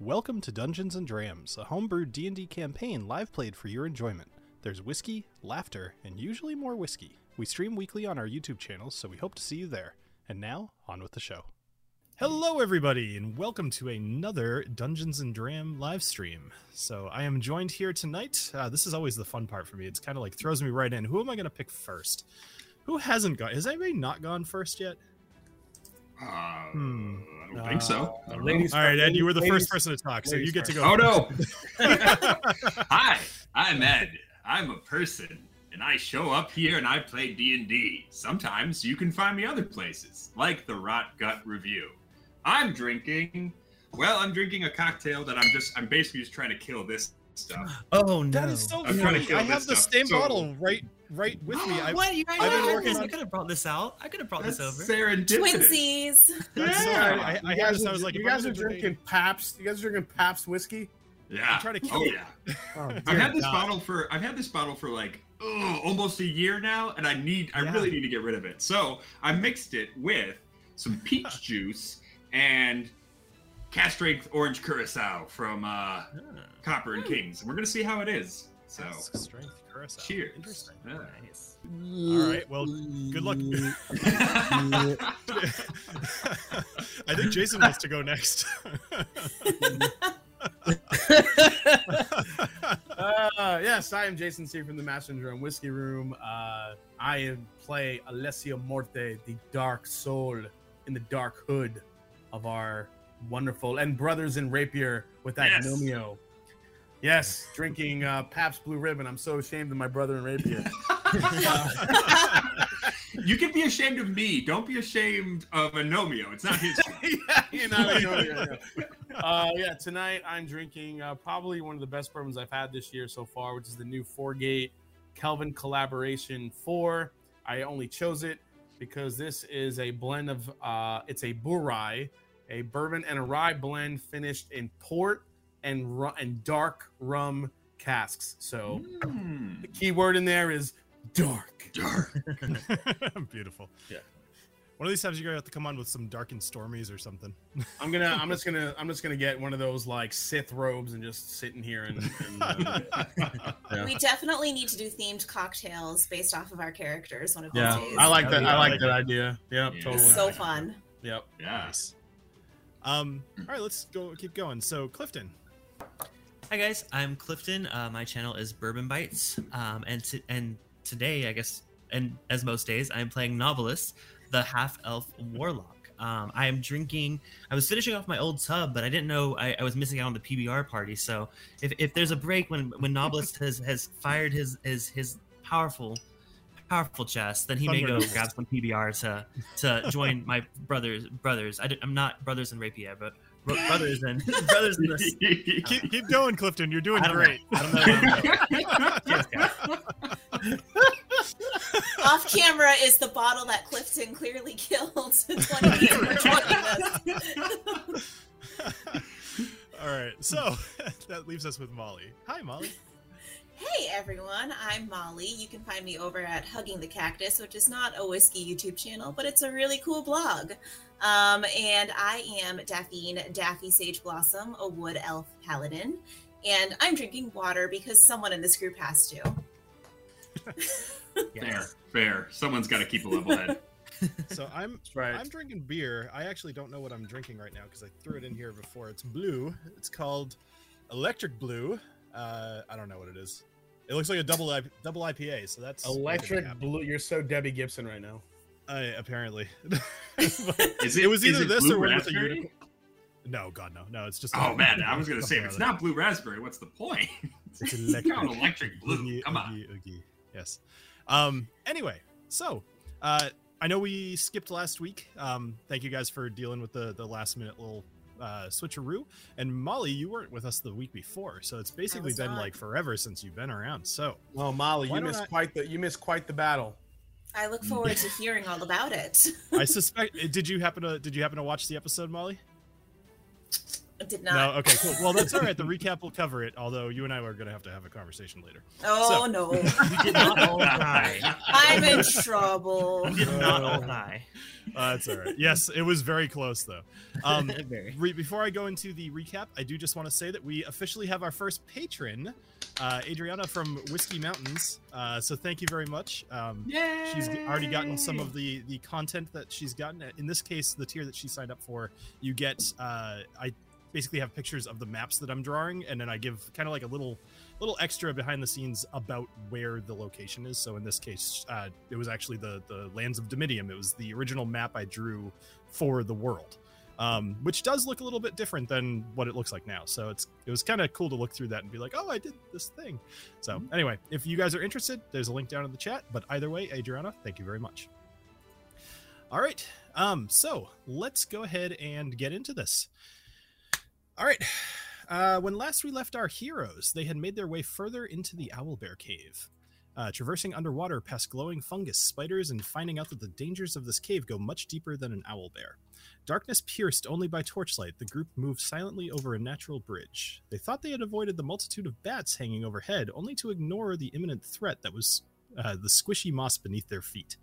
Welcome to Dungeons and Drams, a homebrew D&D campaign live played for your enjoyment. There's whiskey, laughter, and usually more whiskey. We stream weekly on our YouTube channels, so we hope to see you there. And now, on with the show. Hello everybody and welcome to another Dungeons and Dram live stream. So, I am joined here tonight. Uh, this is always the fun part for me. It's kind of like throws me right in. Who am I going to pick first? Who hasn't gone? Has anybody not gone first yet? Uh, Hmm. I don't think so. I don't ladies- All right, Ed, you were the Ladies- first person to talk, so you ladies get to know. go. Oh no! Hi, I'm Ed. I'm a person, and I show up here and I play D and D. Sometimes you can find me other places, like the Rot Gut Review. I'm drinking. Well, I'm drinking a cocktail that I'm just. I'm basically just trying to kill this stuff. Oh no! Oh, That is so I'm trying to funny. kill I have this the stuff. same So- bottle right right with me. I, what you guys? I've been have working this? on- I could have brought this out. I could have brought That's this over. serendipitous. Twinsies. that's so Yeah. funny. I, I, you had guys, this, are, I was like, you if I'm guys are gonna debate- drinking Paps. You guys are drinking Paps whiskey. I'm Yeah. trying to kill Oh it. yeah. Oh, dear I've had this God. bottle for I've had this bottle for like ugh, almost a year now, and I need I Yeah. really need to get rid of it. So I mixed it with some peach juice and cast strength orange curacao from uh, Copper and Kings, and we're gonna see how it is. So Cask Strength curacao. cheers. Interesting. Yeah. Ah, nice. All right. Well, good luck. I think Jason wants to go next. Uh, yes, I am Jason C from the Master Syndrome Whiskey Room. Uh, I am play Alessia Morte, the Dark Soul in the Dark Hood of our wonderful and brothers in rapier with Yes. Agnomio. Yes, drinking uh, Paps Blue Ribbon. I'm so ashamed of my brother in rapier. you can be ashamed of me. Don't be ashamed of Anomio. It's not his. fault. yeah, you know, I know, yeah, yeah. Uh, yeah, tonight I'm drinking uh, probably one of the best bourbons I've had this year so far, which is the new Four Gate Kelvin Collaboration 4. I only chose it because this is a blend of, uh, it's a Burai, a bourbon and a rye blend finished in port and, ru- and dark rum casks. So Mm. the key word in there is dark. Dark. Beautiful. Yeah. One of these times you're gonna have to come on with some dark and stormies or something. I'm gonna. I'm just gonna. I'm just gonna get one of those like Sith robes and just sit in here and. and uh, Yeah. We definitely need to do themed cocktails based off of our characters one of yeah, these days. I like that. I Yeah. like that idea. Yep, Yeah. totally. It's so fun. Yep. Yeah. Nice. Um. All right. Let's go. Keep going. So Clifton. Hi guys, I'm Clifton. Uh, my channel is Bourbon Bites, um, and to, and today, I guess, and as most days, I'm playing Novelist, the half elf warlock. Um, I am drinking. I was finishing off my old sub, but I didn't know I, I was missing out on the PBR party. So if, if there's a break when when Novelist has has fired his his his powerful powerful chest, then he may go Thunderous. grab some PBR to to join my brothers brothers. I am not brothers in rapier, but bro- brothers and brothers in the Keep, keep going, Clifton. You're doing I don't great. know. I don't know. where I'm going. Cheers, guys. off camera is the bottle that Clifton clearly killed 20 people for joining us. All right. So that leaves us with Molly. Hi, Molly. Hey everyone, I'm Molly. You can find me over at Hugging the Cactus, which is not a whiskey YouTube channel, but it's a really cool blog. Um, and I am Daphne Daffy Sage Blossom, a wood elf paladin. And I'm drinking water because someone in this group has to. Fair. Fair. Someone's got to keep a level head. So I'm That's right. I'm drinking beer. I actually don't know what I'm drinking right now because I threw it in here before. It's blue. It's called Electric Blue. Uh, I don't know what it is. It looks like a double I- double IPA. So that's making me Electric happy. blue. You're so Debbie Gibson right now. I, apparently. Is it was is either this blue or one with a raspberry? unicorn. No, God, no, no. It's just. Oh man, I was gonna say if it's Something or not blue raspberry, what's the point? It's It's electric. not electric blue. Oogie, Come on. oogie, oogie. Yes. Um, anyway, so uh, I know we skipped last week. Um, thank you guys for dealing with the the last minute little uh, switcheroo. And Molly, you weren't with us the week before, so it's basically was been not. like forever since you've been around. So Oh, Molly, Why you don't missed I- quite the. You missed quite the battle. I Mm. look forward to hearing all about it. I suspect. did you happen to Did you happen to watch the episode, Molly? I did not. No, okay, cool. Well, that's all right. The recap will cover it, although you and I are going to have to have a conversation later. oh So- no, We did not all die. I'm in trouble. We did not all die. Uh, that's all right. Yes, it was very close, though. Um, Very. Re- before I go into the recap, I do just want to say that we officially have our first patron, uh, Adriana from Whiskey Mountains. Uh, so thank you very much. Um, She's already gotten some of the the content that she's gotten. In this case, the tier that she signed up for, you get. Uh, I basically have pictures of the maps that I'm drawing, and then I give kind of like a little little extra behind the scenes about where the location is. So in this case, uh, it was actually the the lands of Domitium. It was the original map I drew for the world. Um, which does look a little bit different than what it looks like now. So it's it was kind of cool to look through that and be like, oh, I did this thing. So anyway, if you guys are interested, there's a link down in the chat. But either way, Adriana, thank you very much. All right. Um, so let's go ahead and get into this. All right. Uh, when last we left our heroes, they had made their way further into the Owlbear Cave. Uh, traversing underwater past glowing fungus, spiders, and finding out that the dangers of this cave go much deeper than an owl bear. Darkness pierced only by torchlight, the group moved silently over a natural bridge. They thought they had avoided the multitude of bats hanging overhead, only to ignore the imminent threat that was uh, the squishy moss beneath their feet.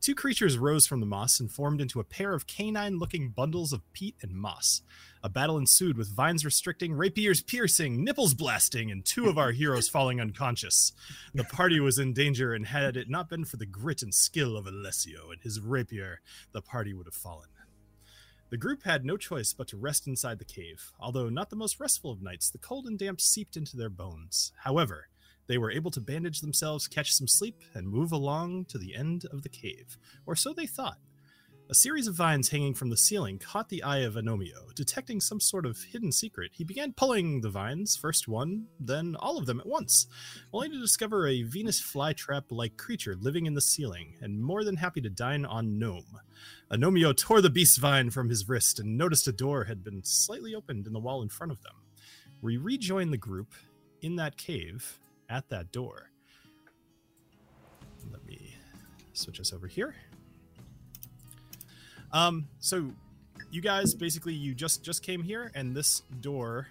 Two creatures rose from the moss and formed into a pair of canine looking bundles of peat and moss. A battle ensued with vines restricting, rapiers piercing, nipples blasting, and two of our heroes falling unconscious. The party was in danger, and had it not been for the grit and skill of Alessio and his rapier, the party would have fallen. The group had no choice but to rest inside the cave. Although not the most restful of nights, the cold and damp seeped into their bones. However, they were able to bandage themselves, catch some sleep, and move along to the end of the cave, or so they thought. A series of vines hanging from the ceiling caught the eye of Anomio. Detecting some sort of hidden secret, he began pulling the vines, first one, then all of them at once, only to discover a Venus flytrap like creature living in the ceiling, and more than happy to dine on Gnome. Anomio tore the beast vine from his wrist and noticed a door had been slightly opened in the wall in front of them. We rejoined the group in that cave at that door. Let me switch us over here. Um, so you guys basically you just just came here and this door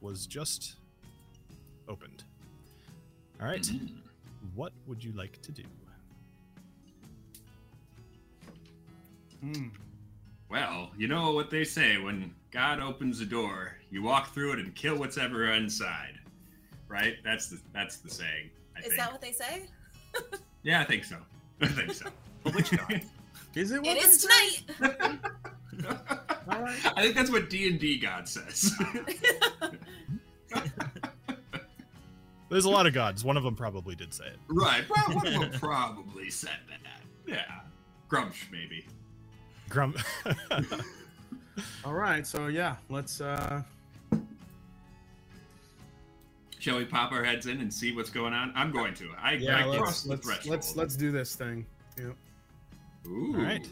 was just opened. All right. What would you like to do? Hmm. Well, you know what they say when God opens a door, you walk through it and kill what's ever inside. Right? That's the that's the saying. I Is think. that what they say? yeah, I think so. I think so. But which god? Is it? What It they is say? tonight. All right. I think that's what D and D God says. There's a lot of gods. One of them probably did say it. right? Well, one of them probably said that. Yeah, Grumsh maybe. Grum. All right. So yeah, let's. uh Shall we pop our heads in and see what's going on? I'm going to. I, Yeah, I let's crossed let's, the let's threshold. let's do this thing. Yep. Ooh. All right.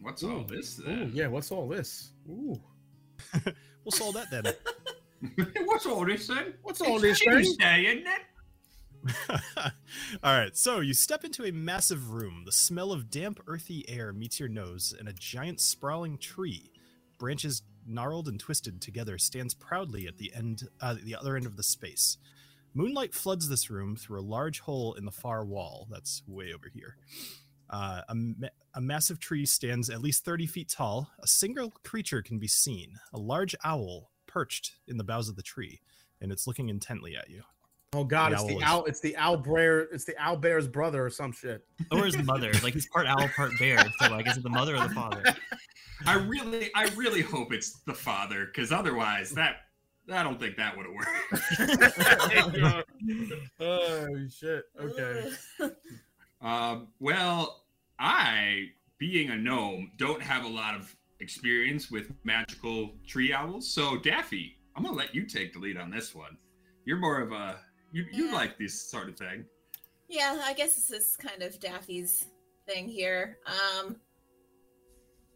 What's Ooh. all this Ooh, then? yeah. What's all this? Ooh. we'll solve that then. What's all this then? What's all It's this then? Tuesday, isn't it? All right, so you step into a massive room. The smell of damp, earthy air meets your nose, and a giant, sprawling tree, branches gnarled and twisted together, stands proudly at the end, uh, the other end of the space. Moonlight floods this room through a large hole in the far wall. That's way over here. Uh, a, ma- a massive tree stands at least 30 feet tall. A single creature can be seen, a large owl perched in the boughs of the tree, and it's looking intently at you. Oh God! The it's owl the is- owl. It's the owl bear. It's the owl bear's brother or some shit. Or his mother? Like he's part owl, part bear. So like, is it the mother or the father? I really, I really hope it's the father, because otherwise, that I don't think that would have worked. oh shit! Okay. Ugh. um, well, I, being a gnome, don't have a lot of experience with magical tree owls. So, Daffy, I'm gonna let you take the lead on this one. You're more of a you, you Yeah. like this sort of thing. yeah, I guess this is kind of Daffy's thing here. Um,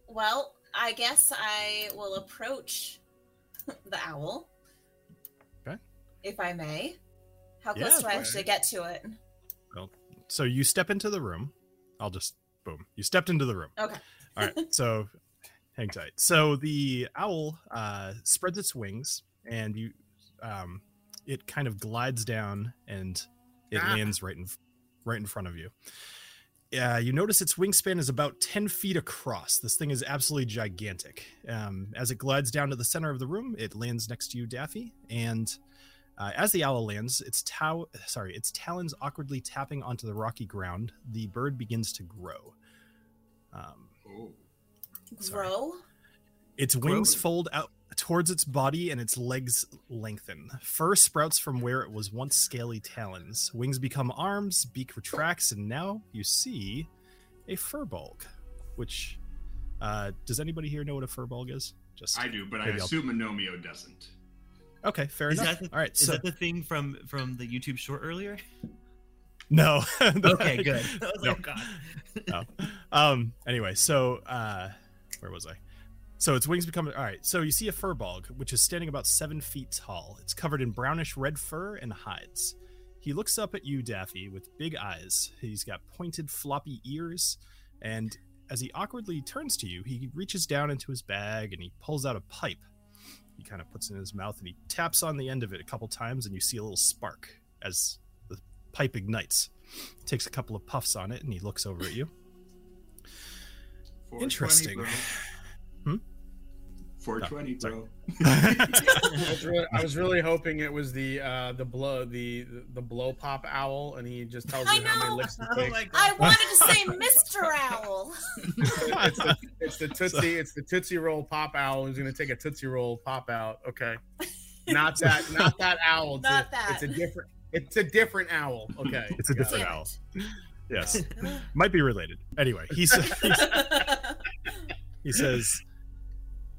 well, I guess I will approach the owl. Okay. If I may. How Yeah, close do I fine. actually get to it? so you step into the room. I'll just boom. You stepped into the room. Okay. All right. So Hang tight. So the owl uh, spreads its wings, and you, um, it kind of glides down, and it Ah. lands right in, right in front of you. Uh, you notice its wingspan is about 10 feet across. This thing is absolutely gigantic. Um, as it glides down to the center of the room, it lands next to you, Daffy. And uh, as the owl lands, its, tow- sorry, its talons awkwardly tapping onto the rocky ground, the bird begins to grow. Um, Oh. Sorry. Grow. its wings Grow. fold out towards its body and its legs lengthen. Fur sprouts from where it was once scaly talons. Wings become arms, beak retracts, and now you see a fur bulg. Which uh, does anybody here know what a fur bulg is? Just I do, but I Maybe I'll- assume Anomio doesn't. okay, fair Is enough. that the- All right, Is so that the thing from from the YouTube short earlier? no, Okay, good. I was No. like, God. oh. Um. Anyway, so uh, where was I? So its wings become all right. So you see a furbolg, which is standing about seven feet tall. It's covered in brownish red fur and hides. He looks up at you, Daffy, with big eyes. He's got pointed, floppy ears, and as he awkwardly turns to you, he reaches down into his bag and he pulls out a pipe. He kind of puts it in his mouth and he taps on the end of it a couple times, and you see a little spark as the pipe ignites. Takes a couple of puffs on it, and he looks over at you. 420, Interesting. bro. Hmm? 420, bro. I was really, I was really hoping it was the uh, the blow the the blow pop owl, and he just tells I you how many know. licks to Oh take. my God. I wanted to say Mr. Owl. it's, the, it's the tootsie, it's the tootsie roll pop owl. Who's gonna take a tootsie roll pop out? Okay, not that, not that owl. It's Not a, that. It's a different. It's a different owl. Okay, It's a got it. different Damn owl. it. Yes, might be related. Anyway, he says he says,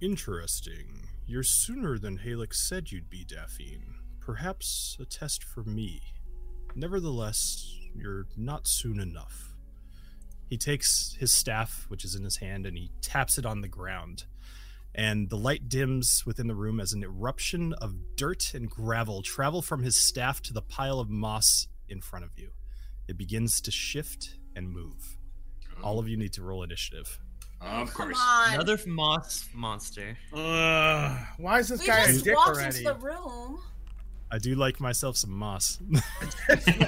"Interesting. You're sooner than Halix said you'd be, Daphne. Perhaps a test for me. Nevertheless, you're not soon enough." He takes his staff, which is in his hand, and he taps it on the ground. And the light dims within the room as an eruption of dirt and gravel travel from his staff to the pile of moss in front of you. It begins to shift and move. All of you need to roll initiative. Of Come course. on. Another moss monster. Ugh, why is this we guy a just dick walked already? into the room. I do like myself some moss. Walked into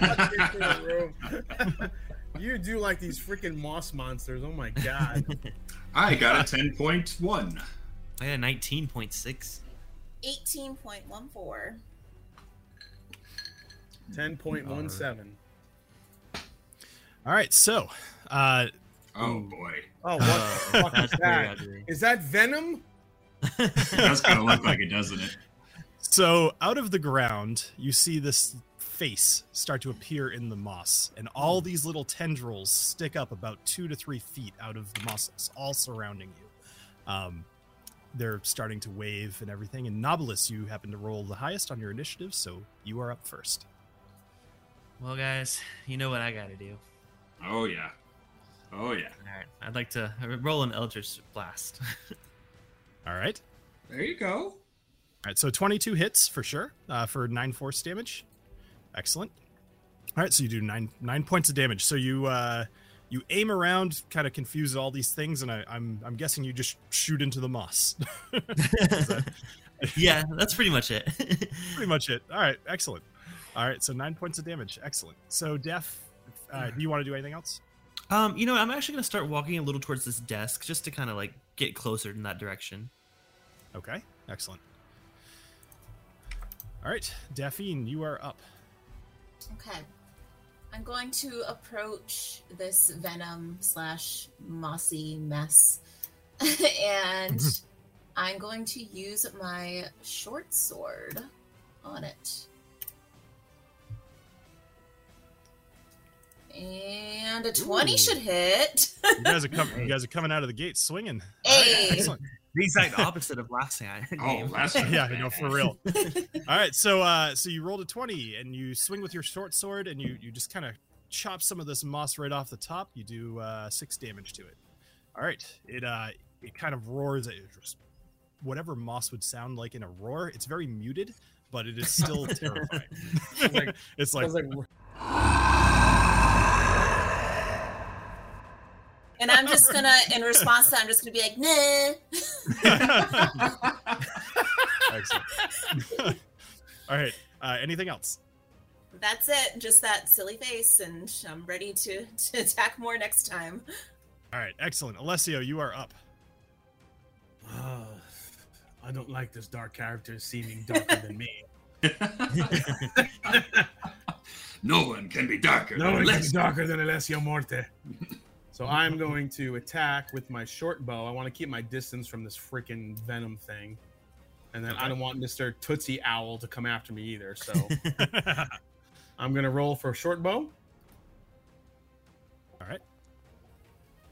the room. you do like these freaking moss monsters. Oh my god. I got a 10.1. I got a nineteen point six. 18.14. 10.17. All right, so uh, Oh, Ooh. boy. Oh, what the fuck is that? Is that venom? It does kind of look like it, doesn't it? so out of the ground, you see this face start to appear in the moss, and all these little tendrils stick up about two to three feet out of the moss, all surrounding you. Um, they're starting to wave and everything. And Nobilis, you happen to roll the highest on your initiative, so you are up first. Well, guys, you know what I gotta do. Oh, yeah. Oh, yeah. All right, I'd like to roll an Eldritch Blast. All right, There you go. All right, so 22 hits for sure uh, for nine force damage. Excellent. All right, so you do nine nine points of damage. So you uh, you aim around, kind of confuse all these things, and I, I'm I'm guessing you just shoot into the moss. Is that yeah, that's pretty much it. pretty much it. All right, excellent. All right, so nine points of damage. Excellent. So Def, uh, do you want to do anything else? um, you know, what, I'm actually gonna start walking a little towards this desk just to kind of like get closer in that direction. Okay, excellent. All right, Daphne, you are up. Okay. I'm going to approach this venom slash mossy mess. and I'm going to use my short sword on it. And a 20 Ooh. should hit. You guys are coming. you guys are coming out of the gate swinging. All right, Hey. excellent. The exact opposite of last time. I Oh, last one. yeah, no, for real. All right, so uh, so you rolled a twenty, and you swing with your short sword, and you you just kind of chop some of this moss right off the top. You do uh, six damage to it. All right, it uh, it kind of roars at you. Just whatever moss would sound like in a roar. It's very muted, but it is still terrifying. like- it's I like was like, And I'm just gonna, in response to that, I'm just gonna be like, nah. Excellent. All right. Uh, anything else? That's it. Just that silly face, and I'm ready to, to attack more next time. All right. Excellent. Alessio, you are up. Uh, I don't like this dark character seeming darker than me. no one can be darker. No than one Lex. is darker than Alessio Morte. So I'm going to attack with my short bow. I want to keep my distance from this freaking venom thing. And then I don't want Mr. Tootsie Owl to come after me either. So I'm going to roll for a short bow. All right.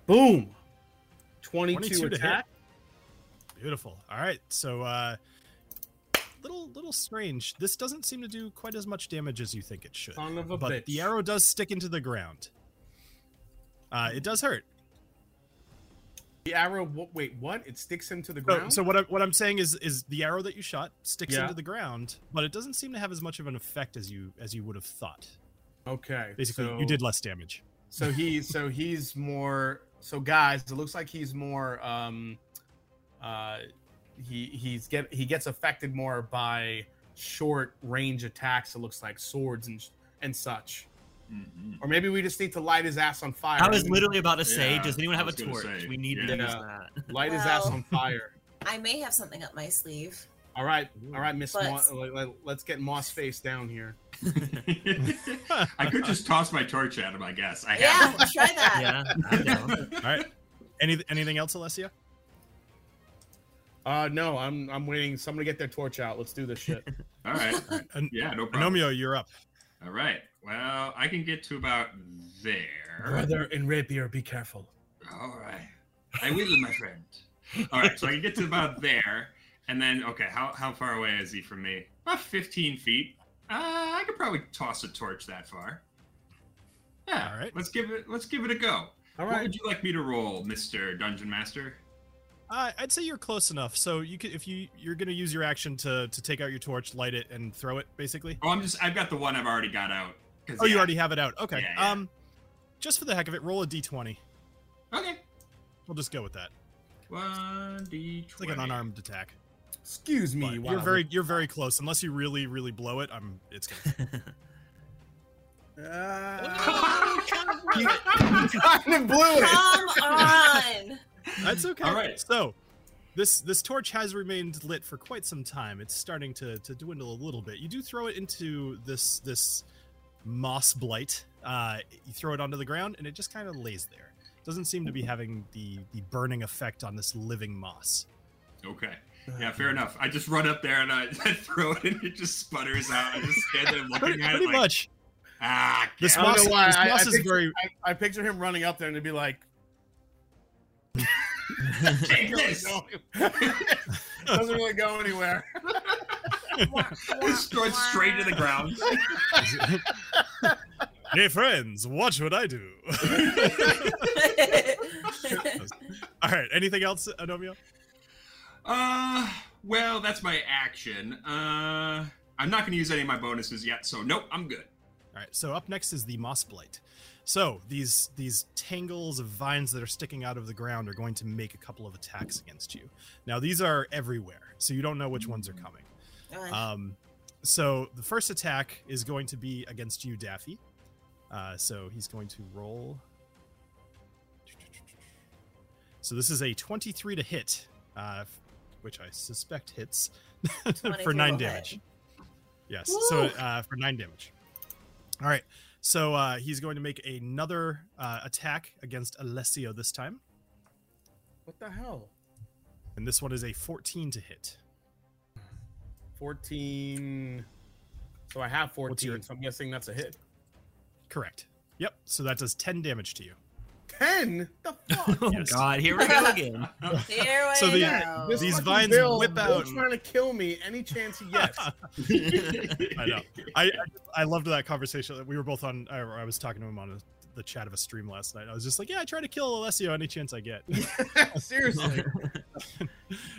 Boom. 22, 22 to hit. attack. Beautiful. All right. So, uh, little little strange. This doesn't seem to do quite as much damage as you think it should. Son of a but bitch. the arrow does stick into the ground. Uh, it does hurt. The arrow. wh- Wait, what? It sticks him to the So, ground? so what I'm what I'm saying is is the arrow that you shot sticks Yeah. into the ground, but it doesn't seem to have as much of an effect as you as you would have thought. okay. Basically, so- you did less damage. So he so he's more so guys, it looks like he's more um uh he he's get he gets affected more by short range attacks, it looks like swords and and such. Mhm. Or maybe we just need to light his ass on fire. I was literally about to say, Yeah, does anyone have I a was gonna torch? say, we need yeah. to use Yeah. that. light his ass Well. on fire. I may have something up my sleeve. All right, all right, Miss But- Moss, let, let, let's get Moss face down here. Mm-hmm. I could just toss my torch at him, I guess. I Yeah, have. try that. Yeah, I'm down. All right. Any anything else, Alessia? Uh no, I'm I'm waiting. Somebody get their torch out. Let's do this shit. All right. An- Yeah, no problem. Anomio, you're up. All right. Well, I can get to about there. Brother in rapier, be careful. All right. I will, my friend. All right, so I can get to about there, and then okay, how how far away is he from me? About fifteen feet. Uh, I could probably toss a torch that far. Yeah. All right. Let's give it. Let's give it a go. All What right. would you like me to roll, Mister Dungeon Master? Uh, I'd say you're close enough. So you could, if you you're gonna use your action to to take out your torch, light it, and throw it, basically. Oh, I'm just. I've got the one I've already got out. 'cause, Oh, you yeah. already have it out. Okay. Yeah, yeah. Um, just for the heck of it, roll a d20. Okay. We'll just go with that. One d It's like an unarmed attack. Excuse me. But while you're we- very you're very close. Unless you really really blow it, I'm it's gonna. Uh, You kind of blew it. Come on. That's okay. All right. So this this torch has remained lit for quite some time. It's starting to to dwindle a little bit. You do throw it into this this moss blight. Uh, you throw it onto the ground, and it just kind of lays there. Doesn't seem to be having the the burning effect on this living moss. Okay. Yeah, fair enough. I just run up there and I, I throw it and it just sputters out. I just stand there Pretty, looking at it pretty like, much. ah, This yeah. I don't moss, know why, this I- I moss is picture- very. I, I picture him running up there and it'd be like, take "Doesn't this. really go- doesn't really go anywhere. Just throw it straight to the ground. hey friends, watch what I do. ground. All right. Anything else, Anomio? Uh, well, that's my action. Uh, I'm not going to use any of my bonuses yet, so nope, I'm good. All right. So up next is the moss blight. So these these tangles of vines that are sticking out of the ground are going to make a couple of attacks against you. Now these are everywhere, so you don't know which ones are coming. Um, so the first attack is going to be against you, Daffy. Uh, so he's going to roll. So this is a 23 to hit, uh, f- which I suspect hits 23 for nine will hit. damage. Yes. So Woo! uh, for nine damage. All right. So uh, he's going to make another uh, attack against Alessio this time, What the hell? and this one is a 14 to hit. 14. So I have 14, your- so I'm guessing that's a hit. Correct. Yep. So that does 10 damage to you. 10? The fuck? oh Yes. God, here we go again. Here we So the- go. This These fucking vines Bill, whip Bill out. trying to kill me any chance he gets. I know. I I, I loved that conversation that we were both on. I, I was talking to him on a, the chat of a stream last night. I was just like, yeah, I try to kill Alessio any chance I get. Seriously. All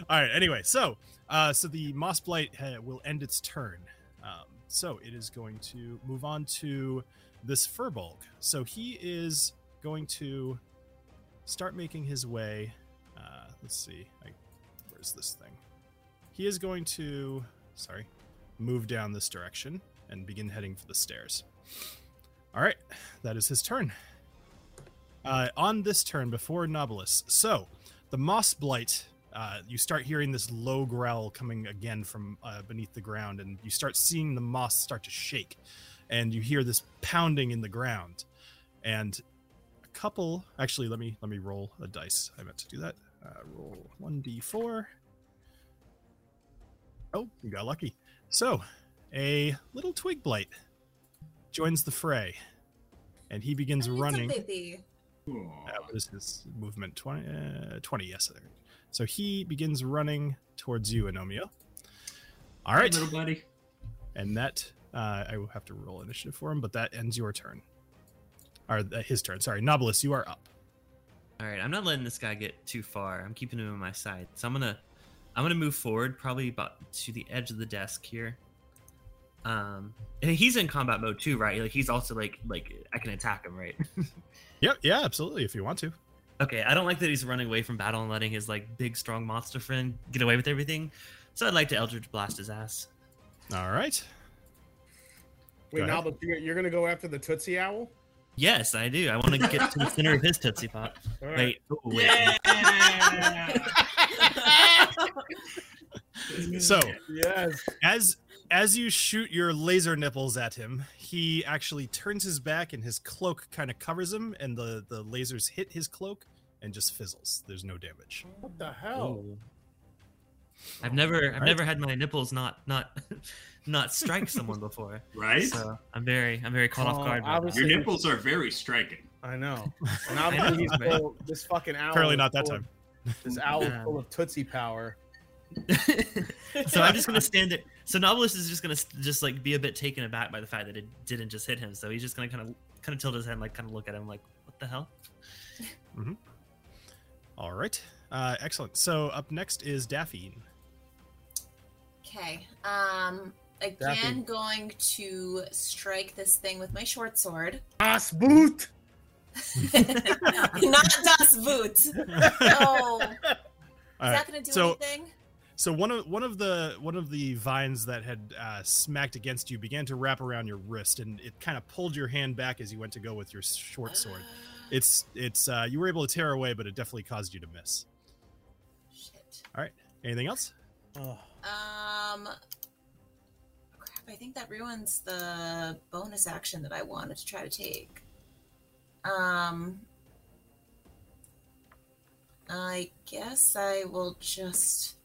right. Anyway, so uh, so the moss blight uh, will end its turn. Um, so it is going to move on to this furbolg. So he is going to start making his way. Uh, let's see. I, where's this thing? He is going to, sorry, move down this direction and begin heading for the stairs. All right, that is his turn. Uh, on this turn, before Nobilis. So, the moss blight. Uh, you start hearing this low growl coming again from uh, beneath the ground, and you start seeing the moss start to shake, and you hear this pounding in the ground, and a couple. Actually, let me let me roll a dice. I meant to do that. Uh, roll one d4. Oh, you got lucky. So, a little twig blight joins the fray, and he begins I need some running. baby. Aw. Uh, what is his movement? 20, uh, 20 yes. there. So he begins running towards you, Anomia. All right. Little buddy. And that, uh, I will have to roll initiative for him, but that ends your turn. Or uh, his turn. Sorry. Nobilis, you are up. All right, I'm not letting this guy get too far. I'm keeping him on my side, so I'm gonna, I'm gonna move forward probably about to the edge of the desk here. Um, and he's in combat mode too, right? Like he's also like like I can attack him, right? Yep. Yeah, absolutely. If you want to. Okay, I don't like that he's running away from battle and letting his like big strong monster friend get away with everything. So I'd like to Eldritch blast his ass. All right. Wait, Go now ahead. but you're, you're gonna go after the Tootsie Owl? Yes, I do. I want to get to the center of his tootsie pop. All right. Wait, oh, wait. Yeah. So Yes. as as you shoot your laser nipples at him, he actually turns his back and his cloak kind of covers him, and the the lasers hit his cloak and just fizzles. There's no damage. What the hell? Oh. I've never, I've Alright. never had my nipples not, not, not strike someone before. Right? So I'm very, I'm very caught Oh, off guard. by Your obviously- that. nipples are very striking. I know. And I know, obviously he's right? full, this fucking owl. Apparently is not that full time. of- This owl is Yeah. full of Tootsie power. so I'm just gonna stand it. So Novelist is just gonna s- just like be a bit taken aback by the fact that it didn't just hit him. So he's just gonna kind of, kind of tilt his head, and like kind of look at him, like, what the hell? All right. Uh, excellent. So up next is Daphne. Okay. Um. Again, Daffy. going to strike this thing with my short sword. Ass boot. Not Das Boot. No. Is All that right. going to do so anything? so one of one of the one of the vines that had uh, smacked against you began to wrap around your wrist, and it kind of pulled your hand back as you went to go with your short sword. It's it's uh, you were able to tear away, but it definitely caused you to miss. Ah, Shit. Anything else? Oh, Um. Crap. I think that ruins the bonus action that I wanted to try to take. Um. I guess I will just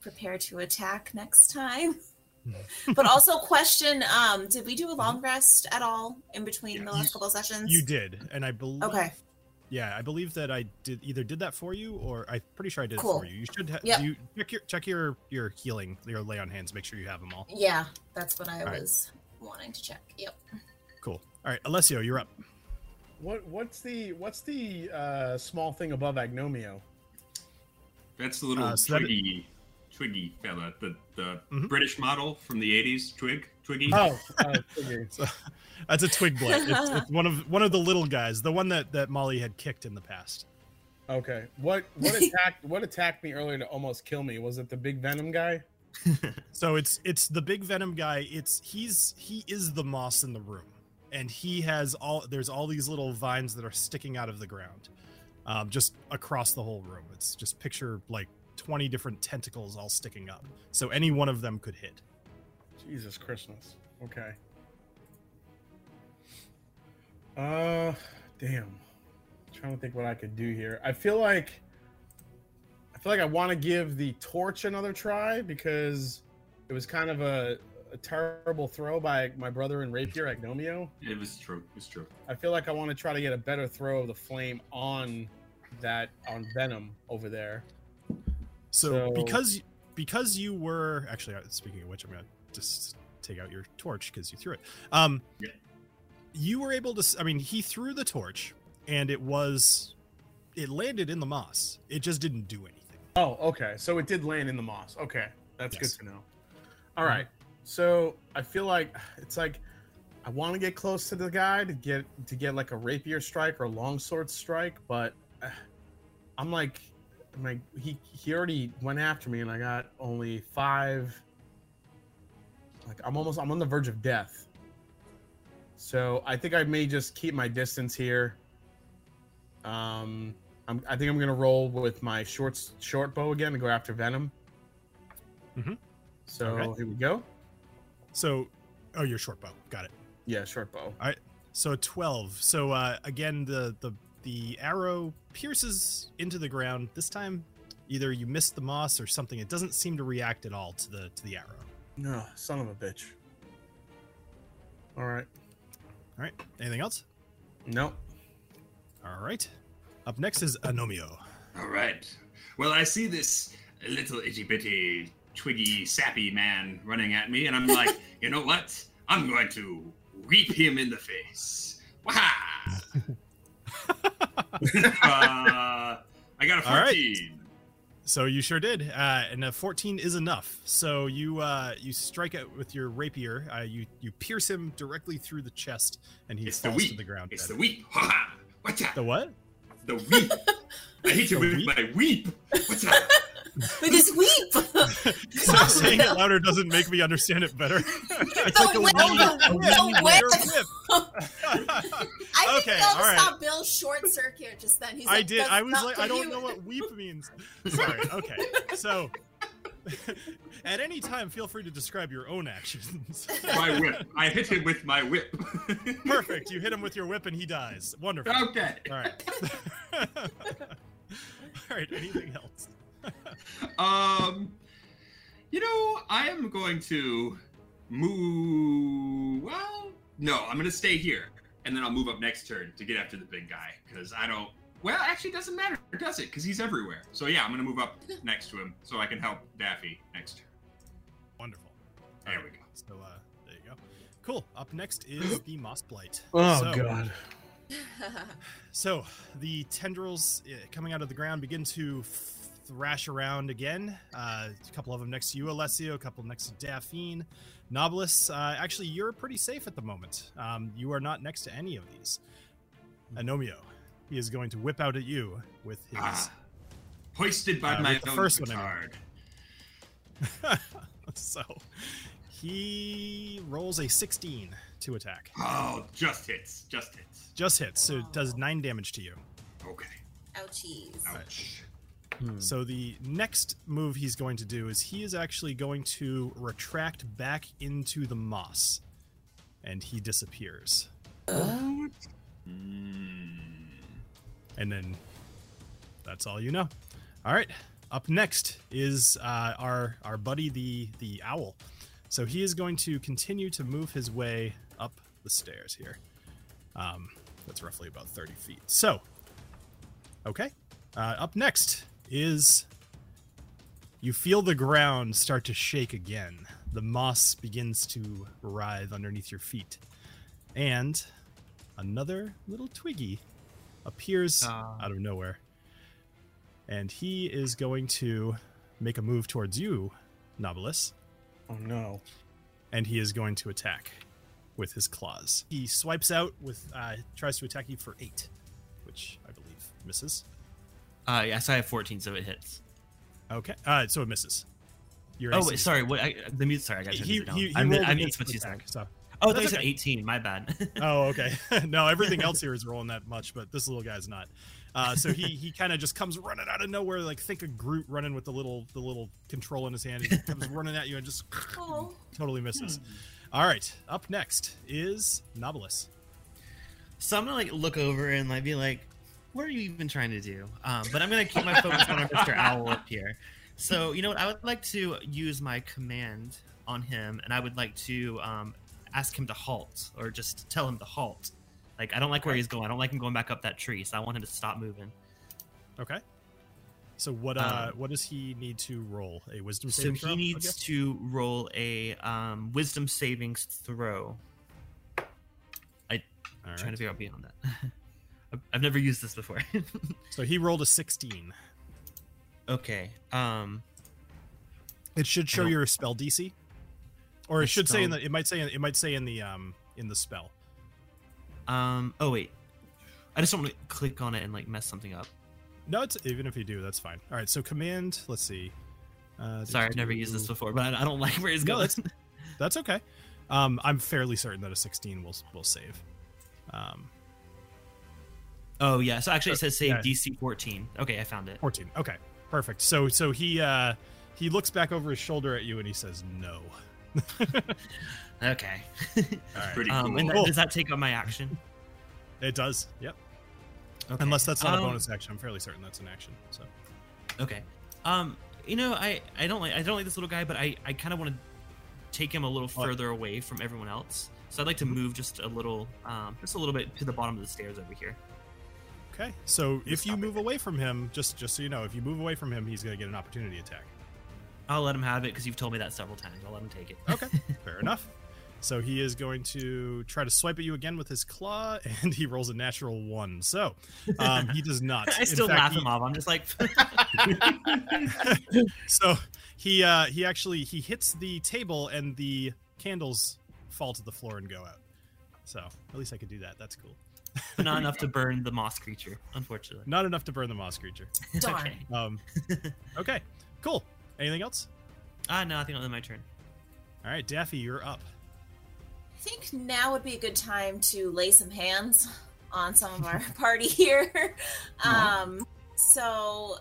prepare to attack next time. Hmm. but also question um did we do a long rest at all in between the Yes. last couple of sessions You did, and I believe. okay Yeah, I believe that I did either did that for you, or I'm pretty sure I did it Cool. for you. You should ha- Yep. you check your check your your healing, your lay on hands. Make sure you have them all. yeah that's what i All right. was wanting to check yep Cool. All right, Alessio, you're up. what what's the what's the uh, small thing above Agnomio? That's the little Uh, so that- twiggy, twiggy fella, the, the Mhm. British model from the 80s, twig, twiggy. Oh, uh, okay. So, that's a twig blight. It's, it's one of one of the little guys, the one that that Molly had kicked in the past. okay. What what attacked what attacked me earlier to almost kill me? Was it the big venom guy? So it's it's the big venom guy. It's he's he is the moss in the room, and he has all there's all these little vines that are sticking out of the ground, um, just across the whole room. It's just picture like twenty different tentacles all sticking up. So any one of them could hit. Jesus Christmas. Okay. Uh, damn. trying to think what I could do here. I feel like I feel like I want to give the torch another try because it was kind of a, a terrible throw by my brother in rapier Agnomio. It was true. It was true. I feel like I want to try to get a better throw of the flame on that on Venom over there. So, So- because because you were actually uh, speaking of which, I'm gonna just take out your torch because you threw it. Um, Yeah. you were able to. s- I mean, he threw the torch, and it was it landed in the moss. It just didn't do anything. Oh, okay. So it did land in the moss. Okay, that's Yes. good to know. All right. So I feel like it's like I want to get close to the guy to get to get like a rapier strike or longsword strike, but uh, I'm like, I'm like he he already went after me, and I got only five. Like I'm almost I'm on the verge of death. So I think I may just keep my distance here. Um, I'm, I think I'm gonna roll with my short short bow again to go after Venom. Mhm. So Okay. here we go. So, oh, your short bow. Got it. Yeah, short bow. So a 12. So uh, again, the, the the arrow pierces into the ground. This time, either you missed the moss or something. It doesn't seem to react at all to the to the arrow. No, son of a bitch. All right. All right. Anything else? No. All right. Up next is Anomio. All right. Well, I see this little itty bitty, twiggy, sappy man running at me, and I'm like, you know what? I'm going to weep him in the face. Wah! uh, I got a 14. All right. So you sure did, uh, and a 14 is enough. So you uh, you strike out with your rapier. Uh, you you pierce him directly through the chest, and he It's the falls to weak. the ground. It's dead. the weep. Ha! What's that? The what? The weep. I hit you The with weep? my weep. What's that? With his weep. So saying it louder doesn't make me understand it better. it's The whip, the- the whip. I Okay, think Bill all right. saw Bill short circuit just then. He's I like, did. "That's I was not like, for I don't you." know what weep means. Sorry. Okay. So, at any time, feel free to describe your own actions. My whip. I hit him with my whip. Perfect. You hit him with your whip and he dies. Wonderful. All okay. right. All right. Anything else? Um, you know, I am going to move. Well, no, I'm going to stay here, and then I'll move up next turn to get after the big guy because I don't. Well, actually, it doesn't matter, does it? Because he's everywhere. So yeah, I'm going to move up next to him so I can help Daffy next turn. Wonderful. There we go. So, uh, there you go. Cool. Up next is the moss blight. Oh So- god. So the tendrils uh, coming out of the ground begin to thrash around again. Uh, a couple of them next to you, Alessio. A couple next to Daphne. Nobilis, uh, actually, you're pretty safe at the moment. Um, you are not next to any of these. Anomio, he is going to whip out at you with his. Ah, hoisted by Uh, my with the own first one, I mean. petard. so he rolls a 16 to attack. Oh, just hits, just hits. Just hits, so it does nine damage to you. Okay. Ouchies. Ouch. So the next move he's going to do is he is actually going to retract back into the moss, and he disappears. Mm. And then that's all you know. All right. Up next is uh, our our buddy the the owl. So he is going to continue to move his way up the stairs here. Um, that's roughly about thirty feet. So, okay. Uh, up next is you feel the ground start to shake again. The moss begins to writhe underneath your feet, and another little twiggy appears Ah. out of nowhere. And he is going to make a move towards you, Nobilis, Oh no. and he is going to attack with his claws. He swipes out with, uh, tries to attack you for eight, which I believe misses. Uh, yeah, so I have 14, so it hits. Okay, uh, so it misses. Your Oh, AC. wait, sorry. What? I, the mute. Sorry, I got He, to he, turn he, it down. I'm, rolled I'm an it's what AC you attack, said. so. Oh, That's there's okay. 18. My bad. Oh, okay. no, everything else here is rolling that much, but this little guy's not. Uh, so he he kind of just comes running out of nowhere, like think of Groot running with the little the little control in his hand. He comes running at you and just Oh. totally misses. All right, up next is Nobilis. So I'm gonna like look over and like be like, "What are you even trying to do?" Um, but I'm gonna keep my focus on our Mr. Owl up here. So you know what? I would like to use my command on him, and I would like to um, ask him to halt, or just tell him to halt. Like I don't like where he's going. I don't like him going back up that tree, so I want him to stop moving. Okay. So what uh Um, what does he need to roll? A wisdom So saving he needs to roll a um, Wisdom savings throw. All Trying to right. figure out beyond that. I've- I've never used this before. So he rolled a 16. okay. Um, It should show don't- your spell DC. Or My it should say in spell- the it might say in, it might say in the um in the spell? Um. Oh wait, I just don't want to click on it and like mess something up. No, it's even if you do, that's fine. All right, so command. Let's see. Uh, Sorry, I've never used this before, but I I don't like where it's No, going. that's- That's okay. Um, I'm fairly certain that a 16 will will save. Um, oh yeah. So actually, it says save Yeah. DC 14. Okay, I found it. 14. Okay, perfect. So so he uh, he looks back over his shoulder at you and he says no. Okay. All right. Pretty um. cool. And that, Cool. does that take on my action? It does. Yep. Okay. Unless that's not Um, a bonus action, I'm fairly certain that's an action. So Okay. Um, you know, I I don't like I don't like this little guy, but I I kind of want to take him a little What? further away from everyone else. So I'd like to move just a little, um, just a little bit to the bottom of the stairs over here. okay. So if you stop it. move away from him, just just so you know, if you move away from him, he's gonna get an opportunity attack. I'll let him have it because you've told me that several times. I'll let him take it. Okay, fair enough. So he is going to try to swipe at you again with his claw, and he rolls a natural one. So um, he does not. I In still fact, laugh he- him off. I'm just like, so he uh he actually he hits the table and the candles fall to the floor and go out so at least i could do that that's cool but not enough to burn the moss creature, unfortunately. not enough to burn the moss creature Darn. Okay. um okay cool anything else Ah, no, I think I'll end my turn. all right daffy you're up I think now would be a good time to lay some hands on some of our party here. Um, so,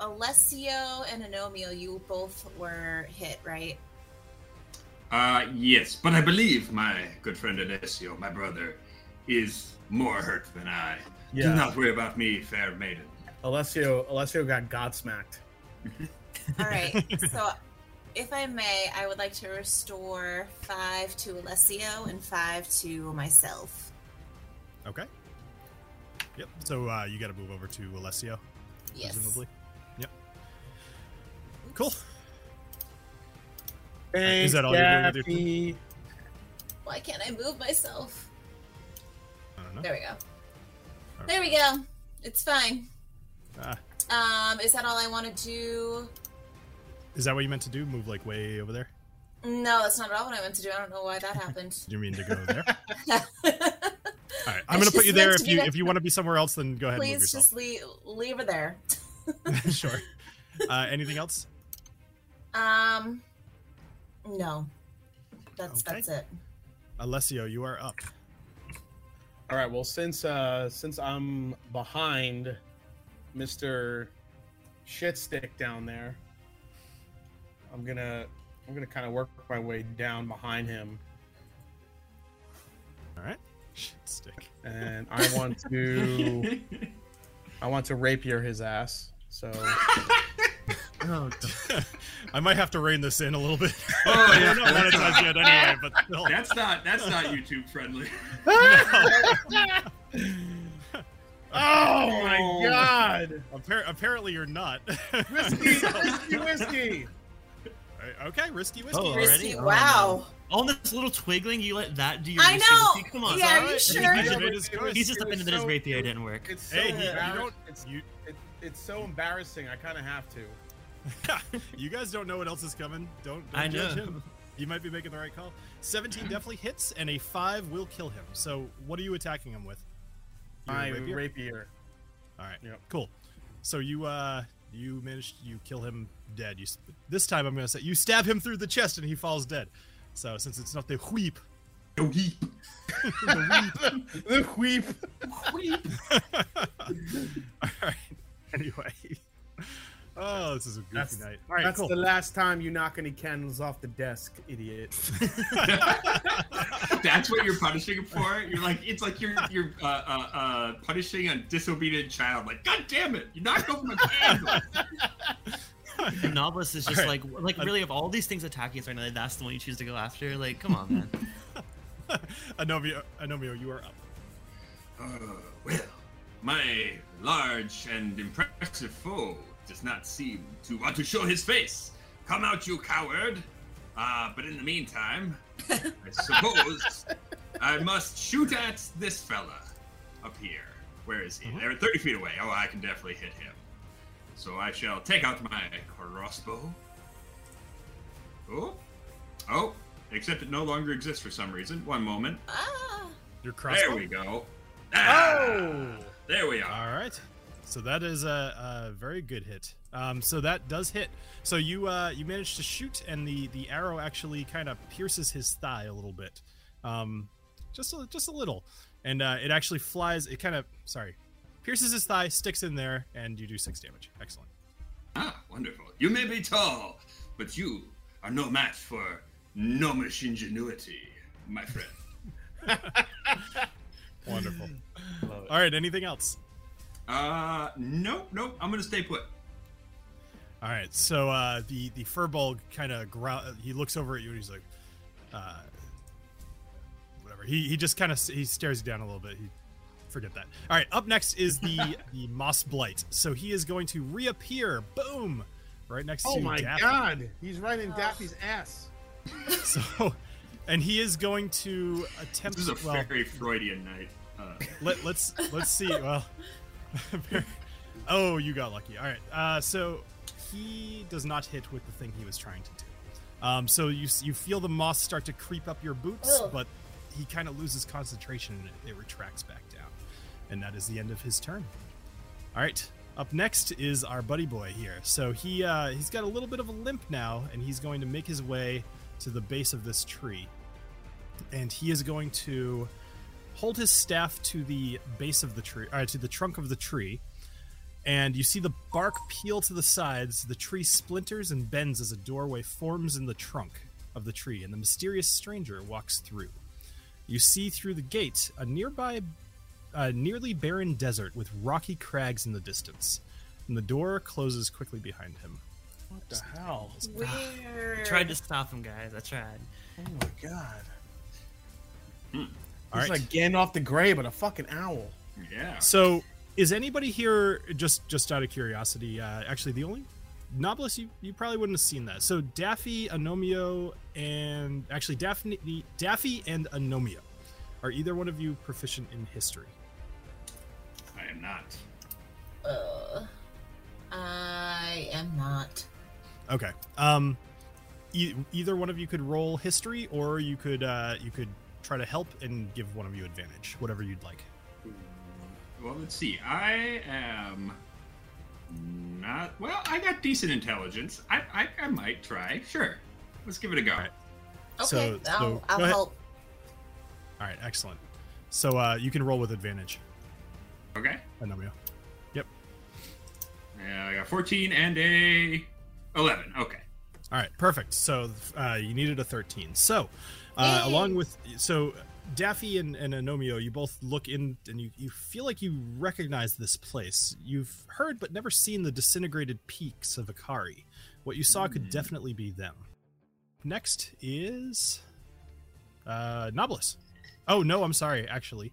Alessio and Anomio, you both were hit, right? Uh, yes, but I believe my good friend Alessio, my brother, is more hurt than I. Do not worry about me, fair maiden. Alessio Alessio got godsmacked. All right. so, if I may, I would like to restore five to Alessio and five to myself. okay yep so uh you gotta move over to alessio Yes. presumably yep cool Thanks, Uh, Is that all you're doing with your- Daffy. Why can't I move myself? i don't know There we go. All There we go. It's fine. Ah. Um, is that all I want to do? is that what you meant to do move like way over there No, that's not at all what I meant to do. I don't know why that happened. do you mean to go there all right i'm It's gonna put just you there meant to if be you that- if you want to be somewhere else then go ahead and move Please yourself just leave, leave her there. sure. Uh, anything else? Um, no, that's Okay. that's it. Alessio, you are up. All right. Well, since uh since I'm behind Mr. Shitstick down there, I'm gonna I'm gonna kind of work my way down behind him, All right. Shit stick. and I want to I want to rapier his ass. So Oh, I might have to rein this in a little bit. Oh, We're not monetized yet anyway, but still. That's not that's not YouTube friendly. Oh my god! Appar- apparently, you're not. Whiskey, whiskey, whiskey! Alright, okay, risky whiskey. Oh, Risky- Risky, Oh, wow. all this little twiggling, you let that do your I risky know! whiskey? Come on. Yeah, son. are alright. you sure? He's made his choice. He's just It was offended that his so- rapier didn't work. It's so Hey, he- you embarrass- don't- It's, You, it, it's so embarrassing. I kind of have to. you guys don't know what else is coming. Don't, don't I judge know. him. You might be making the right call. 17 definitely hits, and a 5 will kill him. So, what are you attacking him with? Your My rapier? rapier. All right. Yep. Cool. So you uh you managed you kill him dead. You s- this time I'm gonna say you stab him through the chest and he falls dead. So since it's not the weep, The weep. all right. Anyway. Oh, this is a goofy That's- night. All right, That's cool. the last time you knock any candles off the desk, idiot. that's what you're punishing him for. You're like it's like you're you're uh, uh, uh, punishing a disobedient child. Like God damn it, you knocked over my candle. And Novelist is just All like, like really, of all these things attacking us right now, that's the one you choose to go after. Like, come on, man. Anomio, Anomio, you are up. Uh, well, my large and impressive foe does not seem to want to show his face. Come out, you coward! Uh, but in the meantime, I suppose I must shoot at this fella up here. Where is he? Mhm. They're 30 feet away. Oh, I can definitely hit him. So I shall take out my crossbow. Oh, oh, except it no longer exists for some reason. One moment. Ah, Your There crossbow. we go. Oh! Ah, There we are. All right. So that is a, a very good hit. Um, so that does hit. So you uh, you manage to shoot, and the the arrow actually kind of pierces his thigh a little bit, um, just a, just a little, and uh, it actually flies. It kind of sorry, pierces his thigh, sticks in there, and you do six damage. Excellent. Ah, wonderful. You may be tall, but you are no match for gnomish ingenuity, my friend. Wonderful. Love it. All right. Anything else? Uh, nope, nope. I'm gonna stay put. All right, so uh, the the furball kind of growl. He looks over at you and he's like, uh, whatever. He he just kind of he stares you down a little bit. He forget that. All right, up next is the the moss blight. So he is going to reappear. Boom, right next Oh to. my Daphne. god, he's right in Oh. Daffy's ass. So, and he is going to attempt. This is a well, very Freudian night. Uh, let, let's let's see. Well, oh, you got lucky. All right. Uh, so he does not hit with the thing he was trying to do. Um, so you s- you feel the moss start to creep up your boots, Ugh. but he kind of loses concentration and it, it retracts back down. And that is the end of his turn. All right. Up next is our buddy boy here. So he uh, he's got a little bit of a limp now, and he's going to make his way to the base of this tree, and he is going to hold his staff to the base of the tree, uh, to the trunk of the tree, and you see the bark peel to the sides. The tree splinters and bends as a doorway forms in the trunk of the tree, and the mysterious stranger walks through. You see through the gate a nearby, uh, nearly barren desert with rocky crags in the distance, and the door closes quickly behind him. What the hell? weird. I tried to stop him, guys. I tried. Oh my god. All It's right. like getting off the gray, but a fucking owl. Oh yeah. So, is anybody here just just out of curiosity? Uh, actually, the only Nobilis you you probably wouldn't have seen that. So Daffy, Anomio, and actually Daphne, Daffy and Anomio, are either one of you proficient in history? I am not. Ugh. Uh, I am not. Okay. Um, e- either one of you could roll history, or you could uh, you could try to help and give one of you advantage, whatever you'd like. Well, let's see. I am not. Well, I got decent intelligence. I, I, I might try. Sure. Let's give it a go. Alright. Okay, So- so, I'll, go I'll ahead. help. All right, excellent. So uh, you can roll with advantage, Okay. Anomio. Yeah, I got 14 and a 11. Okay. All right, perfect. So uh, you needed a 13. So, uh, Yay. along with so Daffy and, and Anomio, you both look in and you, you feel like you recognize this place. You've heard but never seen the disintegrated peaks of Akari. What you saw could Mm. definitely be them. Next is uh, Nobilis. Oh no, I'm sorry. Actually,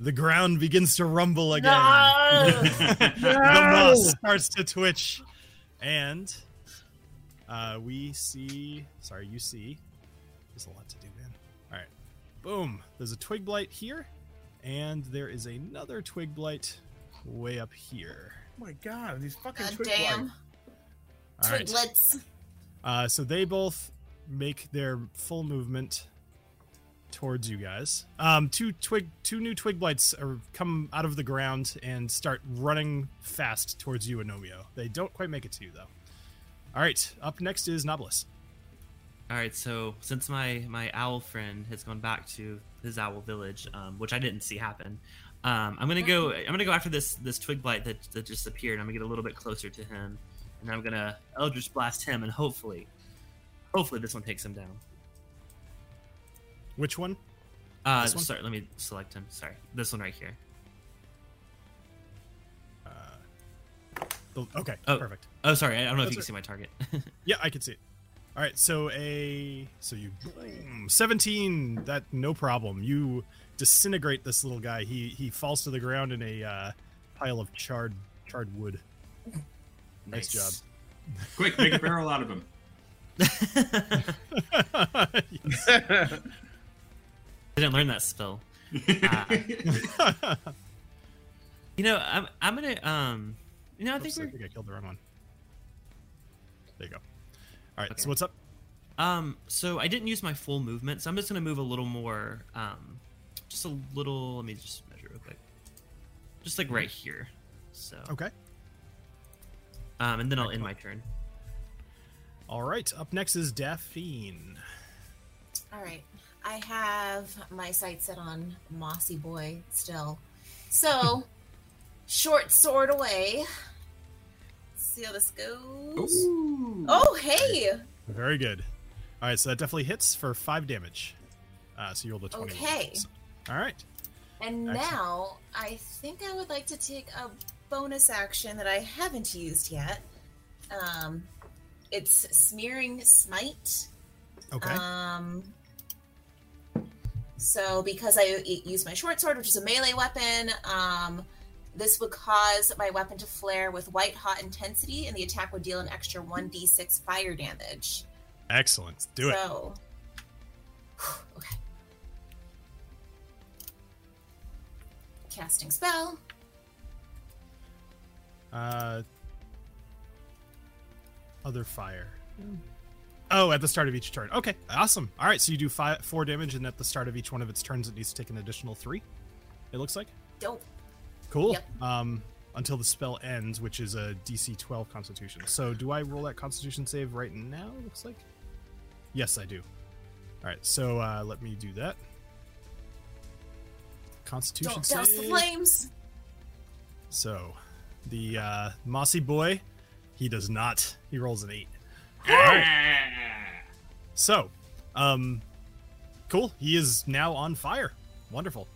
the ground begins to rumble again. the moss starts to twitch, and uh, we see. Sorry, you see. There's a lot to do, man. All right, boom. There's a twig blight here, and there is another twig blight way up here. Oh my god, these fucking God twig damn. All right. Twiglets. Uh, so they both make their full movement towards you guys. Um, two twig, two new twig blights are, come out of the ground and start running fast towards you, Anomio. They don't quite make it to you though. All right, up next is Nobilis. All right, so since my my owl friend has gone back to his owl village, um, which I didn't see happen, um, I'm gonna Oh. go. I'm gonna go after this this twig blight that that just appeared. I'm gonna get a little bit closer to him, and I'm gonna eldritch blast him, and hopefully, hopefully this one takes him down. Which one? Uh, This one? sorry, let me select him. Sorry, this one right here. Uh, the, okay, Oh. perfect. Oh, sorry, I don't know if you can That's see my target. Yeah, I can see it. All right, so a so you boom, 17 that no problem. You disintegrate this little guy. He he falls to the ground in a uh, pile of charred charred wood. Nice Quick, make a barrel out of him. job. Yes. Twig didn't learn that spell. Ah. You know, I'm I'm gonna um. You know, I think Oops, I we're think I killed the wrong one. There you go. All right, Okay. so what's up? Um, so I didn't use my full movement, so I'm just gonna move a little more, um, just a little. Let me just measure real quick, just like right here. So, Okay. um, and then I'll end my turn. All right. Up next is Daphne. All right. I have my sight set on Mossy Boy still. So, short sword away. see how this goes. Ooh. Oh, hey. Very good. All right. So that definitely hits for five damage. Uh, so you rolled a 20. Okay. All right. And Excellent. now I think I would like to take a bonus action that I haven't used yet. Um, it's smearing smite. Okay. Um, so because I u- use my short sword, which is a melee weapon, um, this would cause my weapon to flare with white hot intensity, and the attack would deal an extra 1d6 fire damage. Excellent. Do it. so, okay. Casting spell. Uh, other fire. Oh, at the start of each turn. Okay, awesome. All right, so you do five, four damage, and at the start of each one of its turns, it needs to take an additional three. It looks like Dope. cool. Yep. Um, until the spell ends, which is a DC 12 Constitution. So do I roll that Constitution save right now? it Looks like. Yes, I do. All right, so uh, let me do that. Constitution Don't save. douse the flames. So, the uh, mossy boy, he does not. He rolls an eight. Alright, Ah. Yeah. So, um, cool. He is now on fire. Wonderful.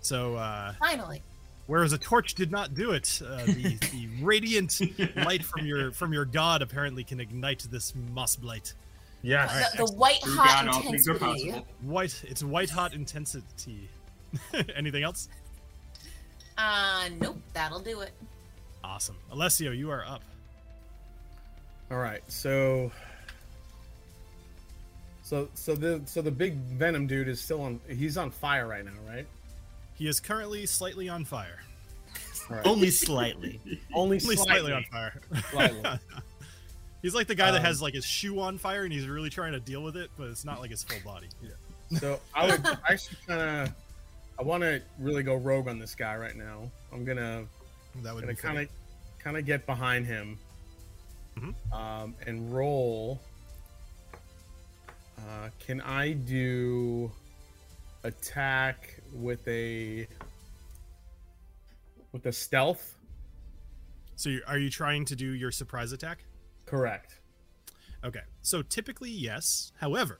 So, uh, Finally. whereas a torch did not do it, uh, the, the radiant light from your from your god apparently can ignite this moss blight. Yes. the, the white Through hot God, all things are intensity. possible. White, it's white hot intensity. Anything else? Uh, nope, that'll do it. Awesome, Alessio, you are up. All right, so so so the so the big venom dude is still on. He's on fire right now, right? He is currently slightly on fire. All right. Only slightly. Only Only slightly, slightly on fire. Slightly. He's like the guy that Um, has like his shoe on fire and he's really trying to deal with it, but it's not like his full body. So I would actually kind of I want to really go rogue on this guy right now. I'm gonna That would gonna be kind kind of kind of get behind him, Mhm. um, and roll. Uh, can I do attack with a with a stealth? So, you, are you trying to do your surprise attack? Correct. Okay. So typically, yes. However,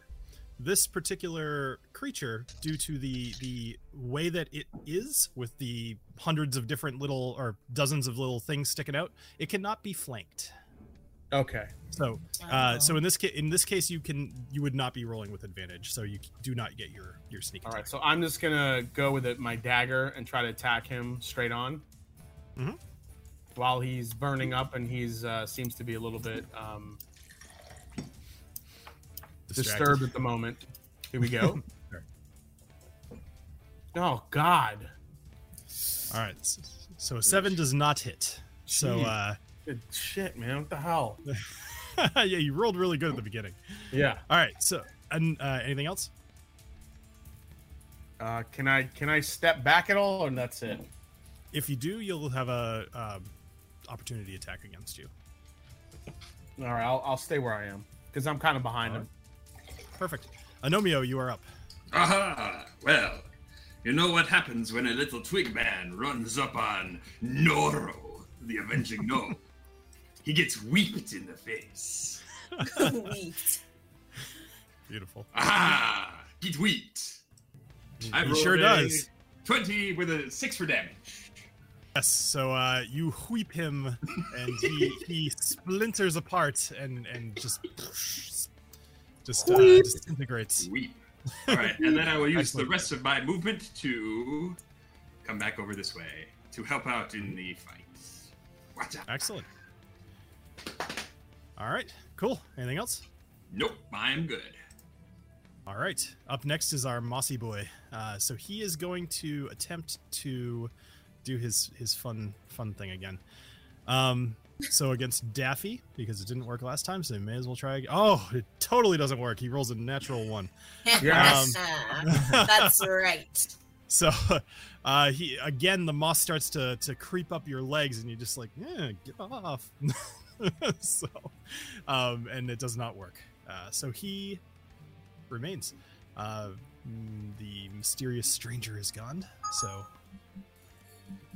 this particular creature, due to the the way that it is, with the hundreds of different little or dozens of little things sticking out, it cannot be flanked. Okay. So, uh, Oh. so in this case, in this case, you can you would not be rolling with advantage, so you c- do not get your your sneak All attack. right. So I'm just gonna go with it, my dagger and try to attack him straight on. Mhm. While he's burning up and he's uh, seems to be a little bit um, Distracted. disturbed at the moment. Here we go. Sure. oh God! All right. s- So a seven does not hit. So uh, Good shit, man! What the hell? yeah, you rolled really good at the beginning. Yeah. All right. So and uh, anything else? Uh, can I can I step back at all, and that's it? If you do, you'll have a um, opportunity attack against you. All right, I'll, I'll stay where I am because I'm kind of behind him. Perfect. Anomio, you are up. Aha! Well, you know what happens when a little twig man runs up on Noro, the avenging gnome. he gets weeped in the face. Um, Sweet. Beautiful. Aha! Get weeped. I He rolled sure a does. Twenty with a six for damage. Yes. So uh, you sweep him, and he he splinters apart and and just just uh, disintegrates. Weep. All right, and then I will use the Excellent. rest of my movement to come back over this way to help out in the fight. Watch out! Excellent. All right. Cool. Anything else? Nope, I'm good. All right. Up next is our mossy boy. Uh, so he is going to attempt to do his his fun fun thing again. Um, So against Daffy, because it didn't work last time, so we may as well try. ag- Oh, it totally doesn't work. He rolls a natural one. Yes. That's right. So uh, he again, the moss starts to to creep up your legs, and you're just like, "Eh, get off. so, um, and it does not work. Uh, so he remains. Uh, mm, the mysterious stranger is gone. So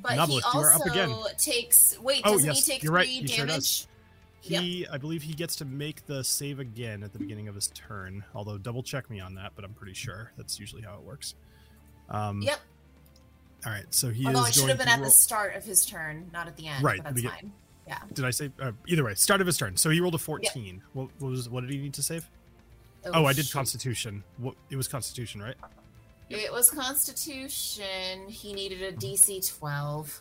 But Novelist, he you are also up again. takes. Wait, Oh, doesn't yes, he take you're right, three he sure damage? does. Yep. he, I believe, he gets to make the save again at the beginning of his turn. Although double check me on that, but I'm pretty sure that's usually how it works. Um, Yep. All right. So he Although is it should going have been to at roll- the start of his turn, not at the end. Right, But the that's begin- fine. Did I say uh, either way? Start of his turn. So he rolled a fourteen. What, what was? What did he need to save? Oh, I did shoot. Constitution. What, it was Constitution, right? It was Constitution. He needed a DC 12.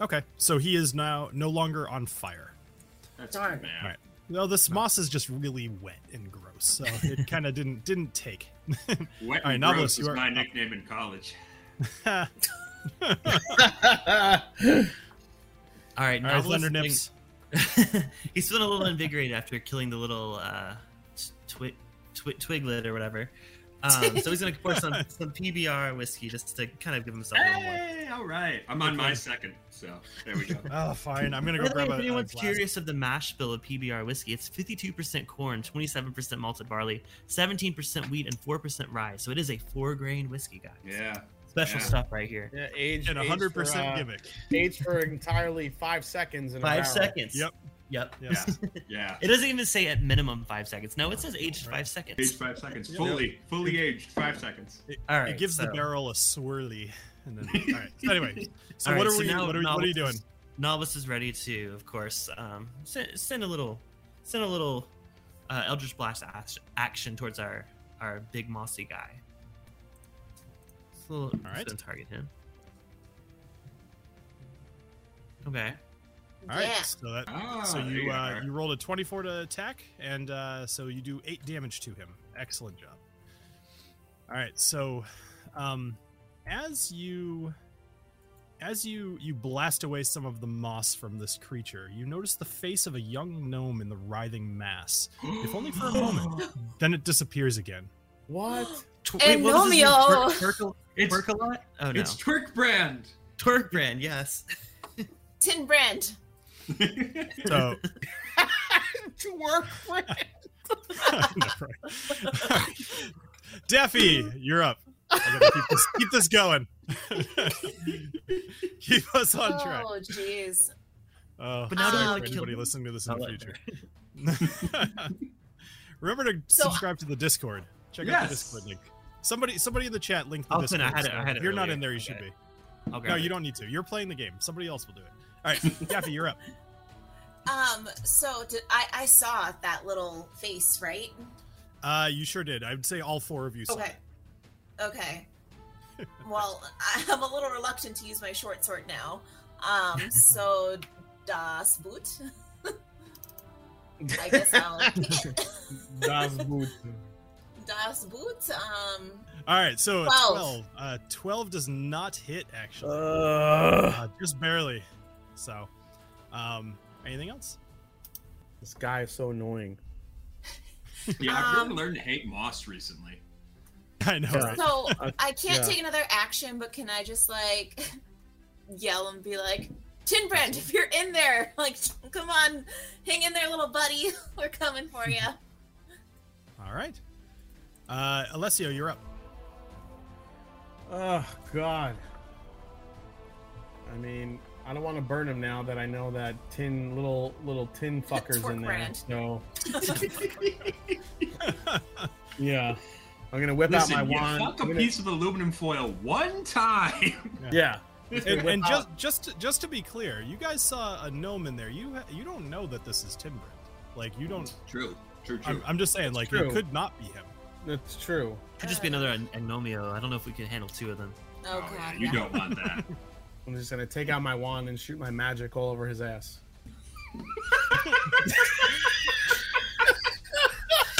Okay. So he is now no longer on fire. That's Darn. bad. Alright. Well, this moss is just really wet and gross, so it kind of didn't didn't take. Alright, Wet and Novelist, gross you is are my up. nickname in college. Ah, All right, All right, Novelist Thunder is doing- Nips. he's feeling a little invigorated after killing the little uh, twi- twi- twiglet or whatever. Um, so he's gonna pour some, some PBR whiskey just to kind of give himself a little more. Hey, all right. I'm on my second, so there we go. Oh, fine. I'm gonna go By the grab way, if a. a anyone's glass. curious of the mash bill of PBR whiskey, it's 52% corn, 27% malted barley, 17% wheat, and 4% rye. So it is a four grain whiskey, guys. yeah. Special yeah. stuff right here. yeah, age and age hundred for, percent uh, gimmick. Age for entirely five seconds. In a Five barrel. seconds. Yep. Yep. Yes. Yeah. It doesn't even say at minimum five seconds. No, it says aged five Aged seconds. five seconds. Yep. Fully, fully aged five seconds. All right. it gives the so- barrel a swirly, and then all right. So anyway, so All what right, are so we? now What are, we- what are you doing? novelist- Novelist is ready to, of course, um, send, send a little, send a little uh, Eldritch Blast action, action towards our our big mossy guy. So All right. gonna target him. Okay. All right. Yeah. So that Ah, so there you uh, are. you rolled a 24 to attack and uh, so you do eight damage to him excellent job all right so um, as you as you you blast away some of the moss from this creature you notice the face of a young gnome in the writhing mass if only for a moment then it disappears again What? Tw- And what was his name? Romeo! Twer- Twerkle- It's, Twerkalot? Oh no. it's Twerk Brand. Twerk brand, yes. Tin Brand. so to work with? Never mind. Daffy, you're up. I gotta keep this, keep this going. keep us on track. Oh, jeez. Oh, But now do I, sorry like, for kill anybody them? listening to this in Not the like- future. Remember to So- subscribe to the Discord. Check out the Yes. Discord link. Somebody, somebody in the chat linked the Oh, Discord. then I had it- so I had if it you're not earlier. in there. You Okay. should be. Okay. No, you don't need to. You're playing the game. Somebody else will do it. All right, Daffy, you're up. Um, so did, I, I saw that little face, right? Uh, you sure did. I would say all four of you. saw Okay. it. Okay. well, I'm a little reluctant to use my short sword now. Um, so das Boot. I guess I'll Das Boot. das Boot. Um, All right, so a Twelve. twelve. Uh, twelve does not hit actually. uh, just barely. So, um, anything else? This guy is so annoying. Yeah, I've really Um, learned to hate moss recently. I know, Yeah. right? so I- I can't yeah. take another action, but can I just like yell and be like, Tinbrand, if you're in there, like, come on, hang in there, little buddy. We're coming for you. All right. Uh, Alessio, you're up. Oh God. I mean, I don't want to burn him now that I know that tin little little tin fuckers in there. Brand. So yeah, I'm gonna whip Listen, out my you wand. fuck I'm a gonna- piece of aluminum foil one time. Yeah. and whip and out- just just to, just to be clear, you guys saw a gnome in there. You ha- you don't know that this is Timbrand. Like you don't. True. True. True. I'm, I'm just saying, like it True. could not be him. That's true. Could just be another an- anomio. I don't know if we can handle two of them. Oh, Oh, yeah, God. you yeah. don't want that. I'm just gonna take out my wand and shoot my magic all over his ass.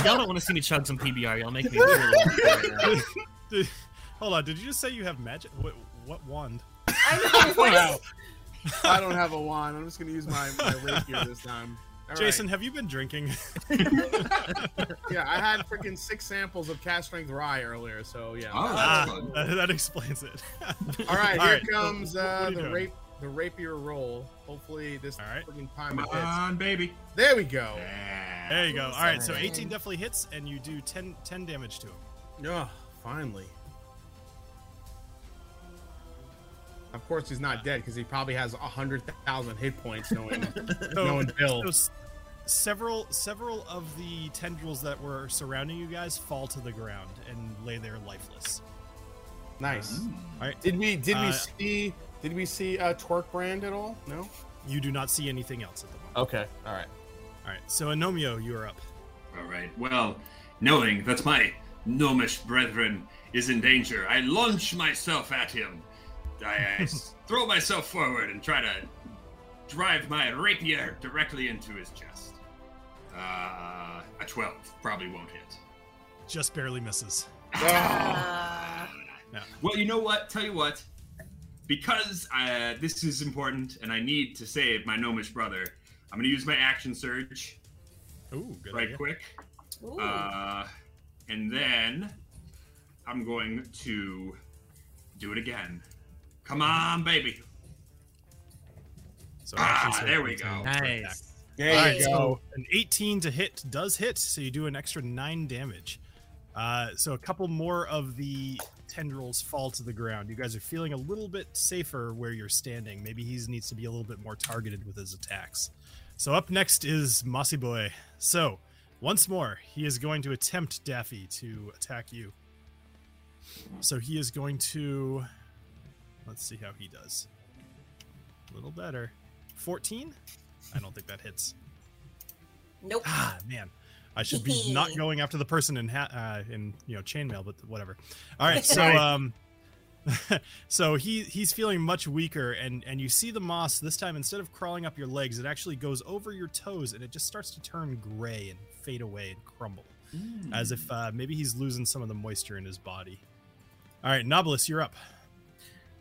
Y'all don't want to see me chug some PBR. Y'all make me. feel a little bit right now. Did- hold on. Did you just say you have magic? What, what wand? I know. what is- I don't have a wand. I'm just gonna use my, my rapier this time. All right. Jason, have you been drinking? Yeah, I had freaking six samples of cast strength rye earlier, so yeah. Oh, that's ah, fun. that, that explains it. All right, here All right. comes What- what uh, are you the doing? rape the rapier roll. Hopefully this All right. freaking time Come it Oh. hits. on, baby. There we go. Yeah. There you go. All right, so 18 Seven. definitely hits, and you do 10, 10 damage to him. Oh, finally. Of course he's not dead because he probably has a hundred thousand hit points knowing So, knowing Bill. so s- several several of the tendrils that were surrounding you guys fall to the ground and lay there lifeless. Hmm. Nice. All right, Did we did Uh, we see did we see uh, Twerk Brand at all? No. you do not see anything else at the moment. Okay. All right. All right, so Anomio, you are up. All right. Well, knowing that my gnomish brethren is in danger, I launch myself at him. I, I s- throw myself forward and try to drive my rapier directly into his chest. Uh, a 12 probably won't hit. Just barely misses. Ah. Yeah. Well, you know what? Tell you what. Because uh, this is important and I need to save my gnomish brother, I'm going to use my action surge Ooh, good right idea. quick. Ooh. Uh, and then I'm going to do it again. Come on, baby. So Ah, actually, so there we it's go. an attack. Nice. There All you right, go. so an 18 to hit does hit, so you do an extra nine damage. Uh, so a couple more of the tendrils fall to the ground. You guys are feeling a little bit safer where you're standing. Maybe he needs to be a little bit more targeted with his attacks. So up next is Masiboy. So once more, he is going to attempt Daffy to attack you. So he is going to. Let's see how he does. A little better. 14? I don't think that hits. nope. Ah, man. I should be not going after the person in ha- uh, in you know chainmail, but whatever. All right, so um, so he he's feeling much weaker, and and you see the moss this time instead of crawling up your legs, it actually goes over your toes, and it just starts to turn gray and fade away and crumble, as if uh, maybe he's losing some of the moisture in his body. All right, Nobilis, you're up.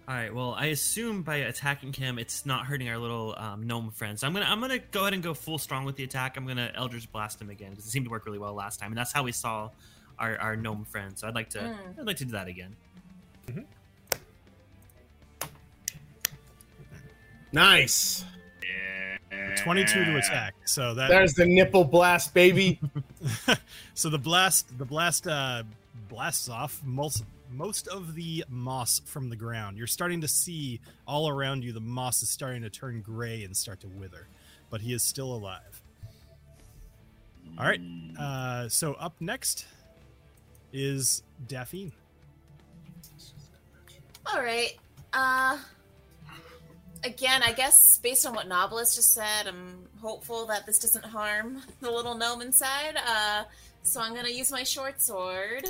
All right. Well, I assume by attacking him, it's not hurting our little um, gnome friend. So I'm gonna I'm gonna go ahead and go full strong with the attack. I'm gonna Eldritch Blast him again because it seemed to work really well last time, and that's how we saw our, our gnome friend. So I'd like to Mm. I'd like to do that again. Nice. Twenty-two to attack, so that There's the nipple blast, baby. so the blast the blast uh blasts off most most of the moss from the ground you're starting to see all around you the moss is starting to turn gray and start to wither but he is still alive all right uh so up next is daphne All right. Uh, again, I guess based on what Novelist just said, I'm hopeful that this doesn't harm the little gnome inside. Uh, so I'm gonna use my short sword.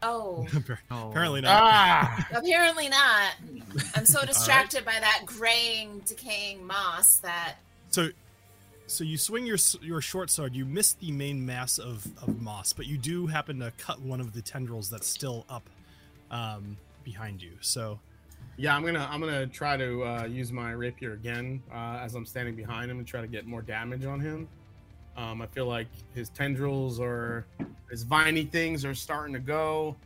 Oh, Oh, apparently not ah. apparently not. I'm so distracted by that graying, decaying moss that so so you swing your s- your short sword you miss the main mass of of moss but you do happen to cut one of the tendrils that's still up um behind you so Yeah, I'm gonna I'm gonna try to uh, use my rapier again uh, as I'm standing behind him and try to get more damage on him. Um, I feel like his tendrils or his viney things are starting to go.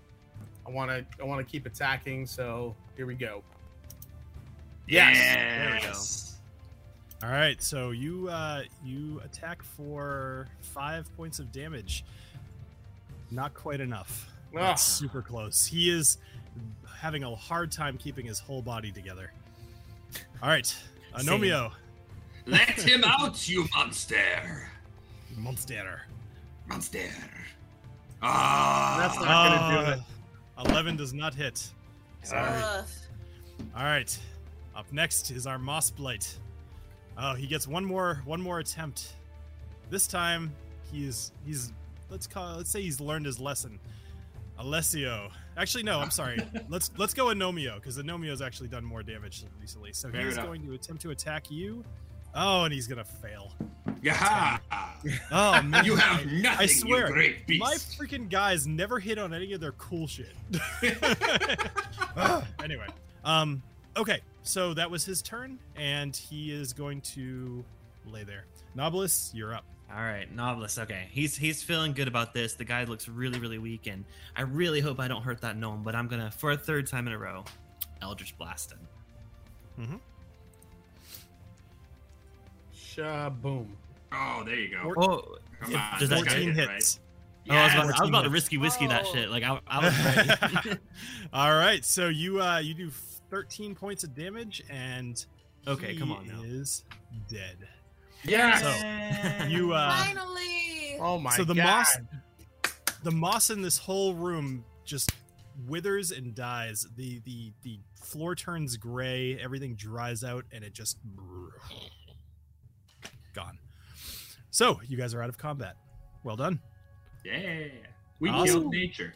I want to I want to keep attacking. So here we go. Yes. There we go. All right, so you uh, you attack for five points of damage. Not quite enough. Ugh. That's super close. He is having a hard time keeping his whole body together. All right, Anomio, Let him out, you monster. monster. Monster. Ah. That's not- gonna do Ah, Eleven does not hit. Sorry. Ugh. All right, up next is our Moss Blight. Oh, he gets one more one more attempt. This time he's he's let's call let's say he's learned his lesson. Alessio. Actually, no, I'm sorry. let's let's go Anomio because Anomio's actually done more damage recently. So Fair he's enough. going to attempt to attack you. Oh, and he's gonna fail. Yaha. Oh man, You have nothing, I swear, you great beast. my freaking guys never hit on any of their cool shit. anyway, Um, okay, so that was his turn, and he is going to lay there. Nobilis, you're up. All right, Novelist. Okay, he's he's feeling good about this. The guy looks really really weak, and I really hope I don't hurt that gnome. But I'm gonna for a third time in a row, Eldritch Blast him. Shaboom. Oh, there you go. Or- Oh, Come If on. does that that's gotta count? Fourteen hit, hits. oh I was about Yes! to, I was about to Martinez. risky whiskey that Oh. shit. Like I, I was ready. All right, so you uh, you do 13 points of damage, and Okay, he come on now. is dead. Yes. So you uh, Finally. oh my so the god. moss the moss in this whole room just withers and dies the the the floor turns gray everything dries out and it just gone so you guys are out of combat well done Yeah. We Awesome. killed nature.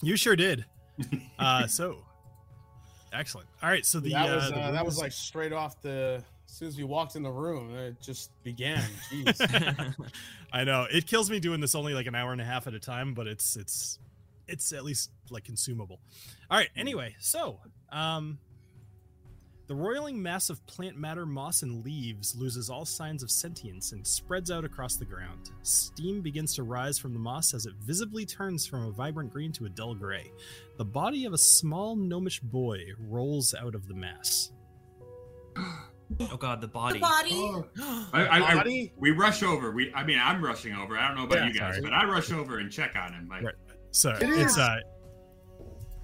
you sure did uh so excellent all right so the that uh, was the uh, that was rules- like straight off the. As soon as we walked in the room, it just began. Jeez. I know it kills me doing this only like an hour and a half at a time, but it's it's it's at least like consumable. All right. Anyway, so um, the roiling mass of plant matter, moss, and leaves loses all signs of sentience and spreads out across the ground. Steam begins to rise from the moss as it visibly turns from a vibrant green to a dull gray. The body of a small gnomish boy rolls out of the mass. oh god, the the body. body. I, I, I, Body? we rush over. We, I mean, I'm rushing over. I don't know about Yeah, you guys, sorry. but I rush over and check on him. Like, Right. So It it's is. uh,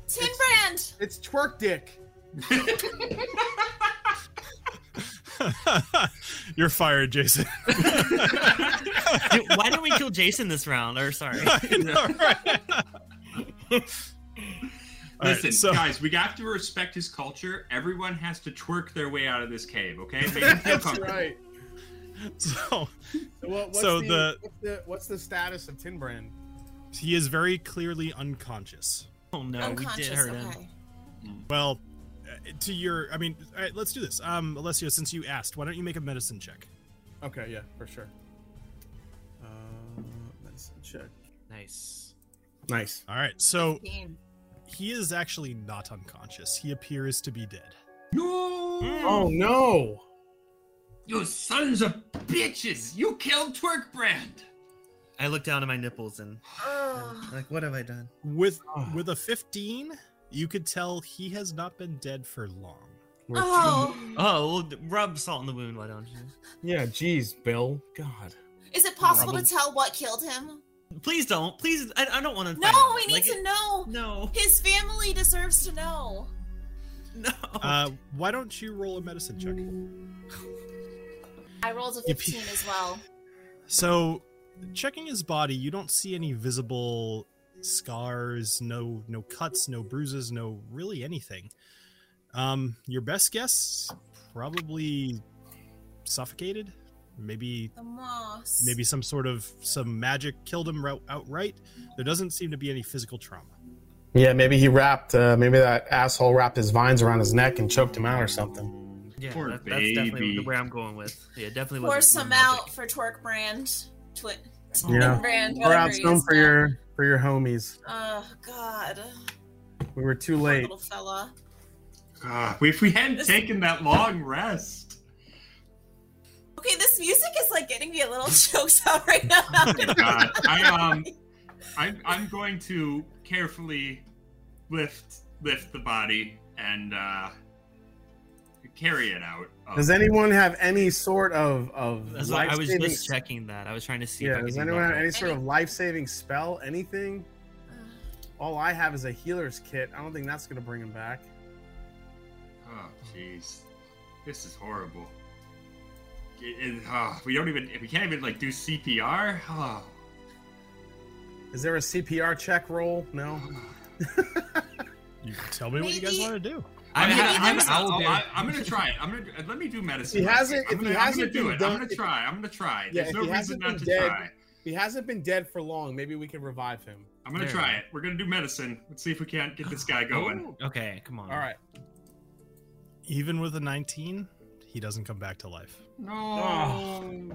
Tin brand. It's twerk dick. you're fired, Jason. Dude, why didn't we kill Jason this round? Or sorry. I know, right? All right, Listen, so- guys, we have to respect his culture. Everyone has to twerk their way out of this cave, okay? Make him feel That's comfortable. right. so So, what, what's So the, the- what's the what's the status of Tin Brand? he is very clearly unconscious. Oh no, we Unconscious. did hurt him. okay. Well, uh, to your, I mean, all right, let's do this. Um, Alessio, since you asked, why don't you make a medicine check? Okay, yeah, for sure. Uh, medicine check. Nice. Nice. All right, so Team. he is actually not unconscious. He appears to be dead. Hmm. No! Oh no! You sons of bitches! You killed Twerk Brand! I looked down at my nipples and Oh. like, what have I done? With Oh. with a 15, you could tell he has not been dead for long. We're- oh. Oh, well, rub salt in the wound. Why don't you? Yeah, geez, Bill. God. Is it possible to tell what killed him? Please don't. Please, I, I don't want to. No, we need to know. No, His family deserves to know. no. Uh, why don't you roll a medicine check? I rolled a If 15 he- as well. So, checking his body, you don't see any visible scars, no no cuts, no bruises, no really anything. Um, your best guess, probably suffocated. Maybe The moss. maybe some sort of some magic killed him rou- outright. There doesn't seem to be any physical trauma. Yeah, maybe he wrapped. Uh, maybe that asshole wrapped his vines around his neck and choked him out or something. yeah, poor that- that's definitely baby. where I'm going with. Yeah, definitely. Pour wasn't some magic. out for Twerk Brand. Twi- Yeah. Brand. Pour out whatever he some is for now. your for your homies. Oh God, We were too Poor late. little fella. God, Ah, if we hadn't This- taken that long rest. Okay, this music is like getting me a little choked out right now. God, I um, I'm I'm going to carefully lift lift the body and uh, carry it out. of- Does anyone have any sort of of That's what- life I was saving? just checking that. I was trying to see. if I Yeah. could Does do anyone that. have any sort of life saving spell? Anything? All I have is a healer's kit. I don't think that's gonna bring him back. Oh, jeez, this is horrible. It- it- oh, we don't even we can't even like do CPR. Oh. Is there a CPR check roll? No. You tell me what you guys Maybe- want to do. I mean, I'm, Maybe I'm, there's I'm, I'll- I'm, oh, I- I'm gonna try it. I'm gonna uh, let me do medicine. If he first. hasn't- I'm if he gonna, I'm gonna hasn't do been it. I'm done- gonna try. I'm gonna try. Yeah, There's if no he reason hasn't not to been dead- try. He hasn't been dead for long. Maybe we can revive him. I'm gonna There. try it. We're gonna do medicine. Let's see if we can't get this Oh. guy going. okay, come on. All right. Even with a 19, he doesn't come back to life. No. Oh,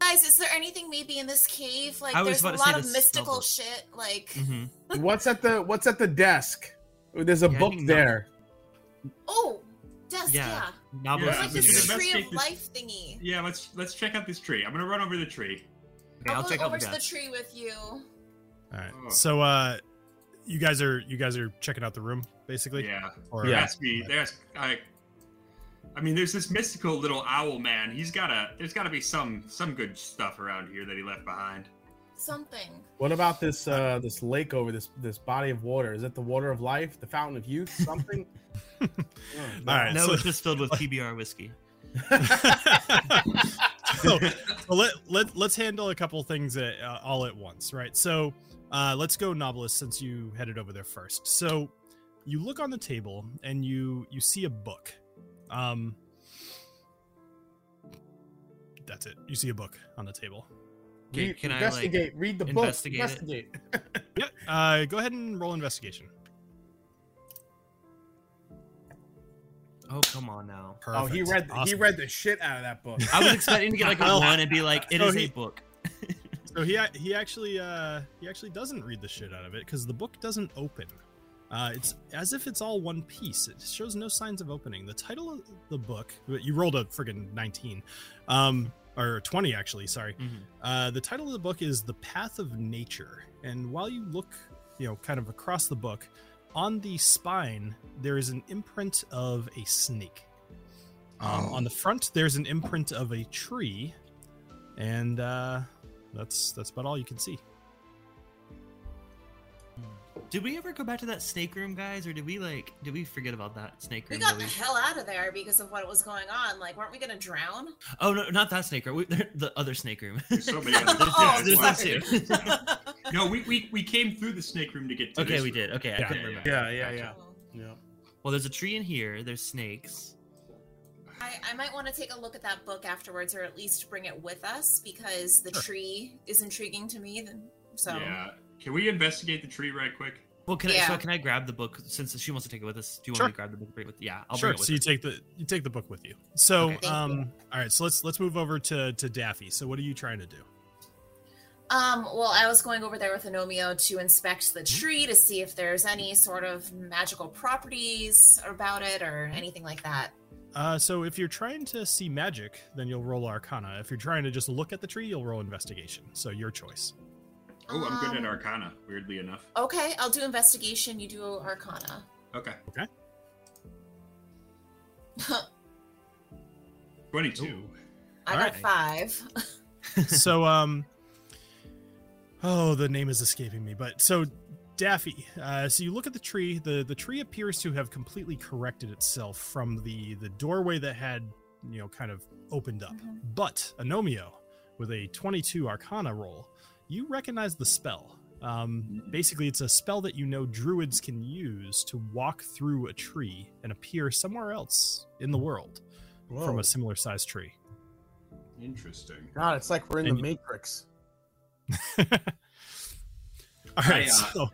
Guys, is there anything maybe in this cave? Like, I was there's a about to say lot of this mystical level. shit. Like, hmm What's at the What's at the desk? Ooh, There's a Yeah, I book think that- there. Oh, dust. Yeah. Yeah. Novelist It's Yeah, like is we this can really tree of investigate this- life thingy. Yeah, let's let's check out this tree. I'm gonna run over the tree. good. Okay, I'll go check out over the to the dust. tree with you. All right. Oh. So uh you guys are you guys are checking out the room basically? Yeah. Or They Yeah. asked me. They asked. I. I mean, there's this mystical little owl man. He's gotta. There's gotta be some some good stuff around here that he left behind. Something. What about this uh this lake over this this body of water? Is it the water of life, the fountain of youth, something? Oh, no. All right. No, so- it's just filled with PBR whiskey. so, so let, let, let's handle a couple things at, uh, all at once, right? So uh, let's go, Novelist, since you headed over there first. So you look on the table and you you see a book. Um, that's it. You see a book on the table. Okay, You can I, like, investigate? read the book. investigate it? Investigate. Yeah. Uh, go ahead and roll investigation. Oh, come on now. Oh, he Perfect. read he Awesome. read the shit out of that book. I was expecting to get like a Well, one and be like, it so is Oh. he- a book. So he ac- he actually uh, he actually doesn't read the shit out of it because the book doesn't open. Uh, it's as if it's all one piece. It shows no signs of opening. The title of the book you rolled a friggin' nineteen, um, or twenty actually. Sorry. Mhm. Uh, the title of the book is "The Path of Nature," and while you look, you know, kind of across the book, on the spine there is an imprint of a snake. Um, On the front there's an imprint of a tree, and uh, that's that's about all you can see. Did we ever go back to that snake room, guys, or did we like did we forget about that snake We room? got that the we- hell out of there because of what was going on. Like, weren't we gonna drown? Oh no, not that snake room. We, the other snake room. There's so many. Other, Oh, there's lots that of too. different stuff. no, we, we we came through the snake room to get to. okay, this we room. did. Okay, I Yeah. couldn't remember. Yeah, yeah, yeah. Oh. yeah. Well, there's a tree in here. There's snakes. I, I might want to take a look at that book afterwards, or at least bring it with us because the Sure. tree is intriguing to me. Then, so Yeah. Can we investigate the tree right quick? Well, can I Yeah. so can I grab the book since she wants to take it with us? Do you want Sure. me to grab the book? Bring it with yeah, I'll sure. bring it with so you us. take the you take the book with you. So Okay. Thank um, all right. So let's let's move over to to Daffy. So what are you trying to do? Um, well, I was going over there with Anomio to inspect the tree to see if there's any sort of magical properties about it or anything like that. Uh, so if you're trying to see magic, then you'll roll Arcana. If you're trying to just look at the tree, you'll roll Investigation. So your choice. Oh, I'm good Um, at Arcana. Weirdly enough. Okay, I'll do investigation. You do Arcana. Okay. Okay. Twenty-two. I got Alright. five. so um, oh, the name is escaping me. But so Daffy, uh, so you look at the tree. the The tree appears to have completely corrected itself from the the doorway that had you know kind of opened up. Mhm. But Anomio, with a 22 Arcana roll, you recognize the spell. Um, Mhm. basically, it's a spell that you know druids can use to walk through a tree and appear somewhere else in the world from a similar sized tree. Interesting. God, it's like we're in And the you- Matrix. All right, I, uh, so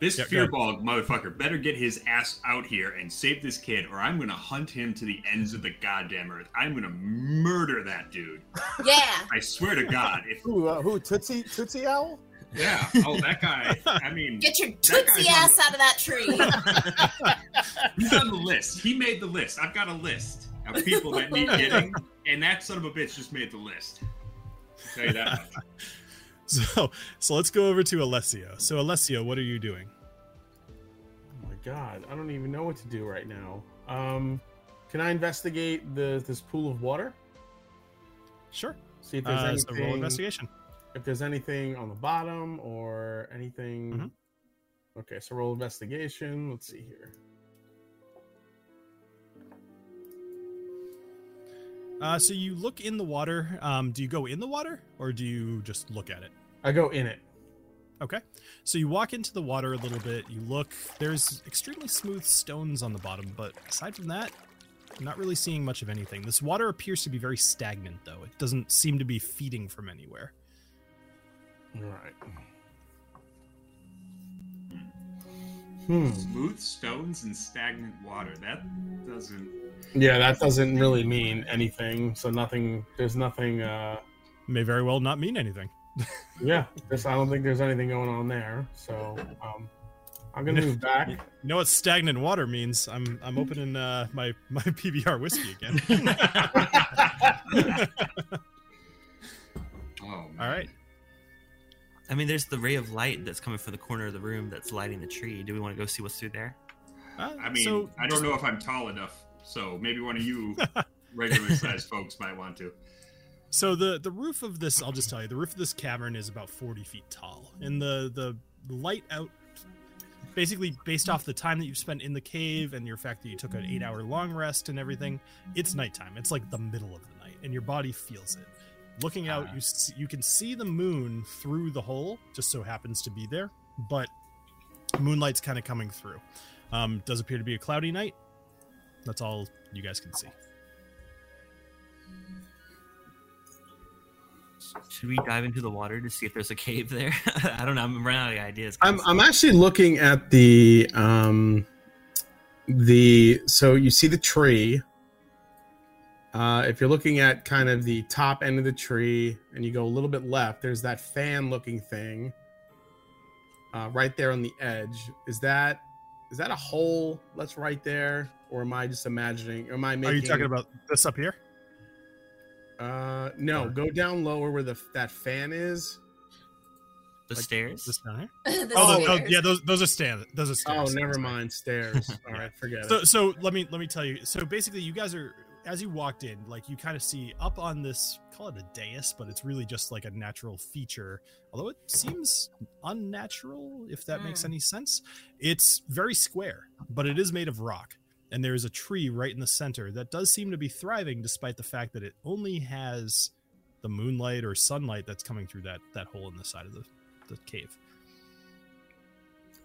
This Yeah, go ahead. fearball motherfucker better get his ass out here and save this kid, or I'm gonna hunt him to the ends of the goddamn earth. I'm gonna murder that dude. yeah. I swear to God. If Who? Uh, who? Tootsie? Tootsie Owl? yeah, oh that guy. I mean, Get your That guy's tootsie on- ass out of that tree. he's on the list. He made the list. I've got a list of people that need getting, and that son of a bitch just made the list. I'll tell you that. much. so so let's go over to Alessio. So Alessio, what are you doing? Oh my God, I don't even know what to do right now. Um, can I investigate the this pool of water? Sure. See if there's Uh, so roll anything. investigation. if there's anything on the bottom or anything. Mhm. Okay, so roll investigation. Let's see here. Uh, so you look in the water. Um, do you go in the water or do you just look at it? I go in it. Okay. So you walk into the water a little bit. You look. There's extremely smooth stones on the bottom, but aside from that, I'm not really seeing much of anything. This water appears to be very stagnant, though. It doesn't seem to be feeding from anywhere. All right. Hmm. Smooth stones and stagnant water. That doesn't. Yeah, that doesn't really mean anything. So nothing. There's nothing. uh May very well not mean anything. Yeah, this, I don't think there's anything going on there. So um, I'm gonna move back. You know what stagnant water means? I'm I'm opening uh, my my PBR whiskey again. Oh, man. All right. I mean, there's the ray of light that's coming from the corner of the room that's lighting the tree. Do we want to go see what's through there? Uh, I mean, so I don't know if I'm tall enough, so maybe one of you regular sized folks might want to. So the the roof of this, I'll just tell you, the roof of this cavern is about forty feet tall, and the the light out, basically based off the time that you've spent in the cave and your fact that you took an eight hour long rest and everything, it's nighttime. It's like the middle of the night, and your body feels it. Looking out, you see, you can see the moon through the hole, just so happens to be there, but moonlight's kind of coming through. Um, does appear to be a cloudy night. That's all you guys can see. Should we dive into the water to see if there's a cave there? I don't know. I'm running out of ideas. I'm I'm actually looking at the um the so you see the tree. Uh, if you're looking at kind of the top end of the tree and you go a little bit left, there's that fan looking thing uh, right there on the edge. Is that is that a hole that's right there, or am I just imagining? Or am I making? Are you talking about this up here? Uh, no, go down lower where the that fan is. the like- stairs. This down here? The Oh, the, oh, stairs. yeah, those those are stand those are Oh, stairs. never mind. Stairs. All right, forget So it. so let me let me tell you. So basically, you guys are as you walked in, like you kind of see up on this call it a dais, but it's really just like a natural feature. Although it seems unnatural, if that makes Mm. any sense. It's very square, but it is made of rock. And there is a tree right in the center that does seem to be thriving, despite the fact that it only has the moonlight or sunlight that's coming through that that hole in the side of the, the cave.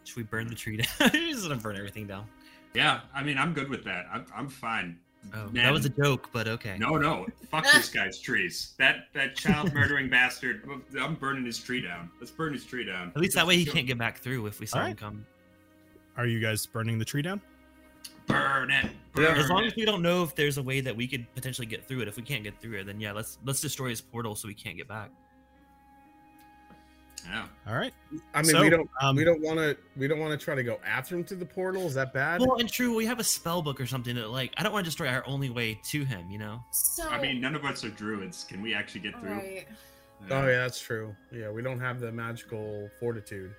Should we burn the tree down? We're just gonna burn everything down. Yeah, I mean, I'm good with that. I'm, I'm fine. Oh, that Man. was a joke, but okay. No, no, fuck this guy's trees. That that child murdering bastard. I'm burning his tree down. Let's burn his tree down. At least that way he can't get back through if we saw him Alright. come. Are you guys burning the tree down? burn it. Yeah, Burn As long it. as we don't know if there's a way that we could potentially get through it. If we can't get through it, then yeah, let's let's destroy his portal so we can't get back. yeah. All right. I mean, So, we don't um, we don't want to we don't want to try to go after him through the portal. Is that bad? Well, and true, we have a spell book or something that like I don't want to destroy our only way to him. You know, So, I mean, none of us are druids. Can we actually get through? right. Oh yeah, that's true. Yeah, we don't have the magical fortitude.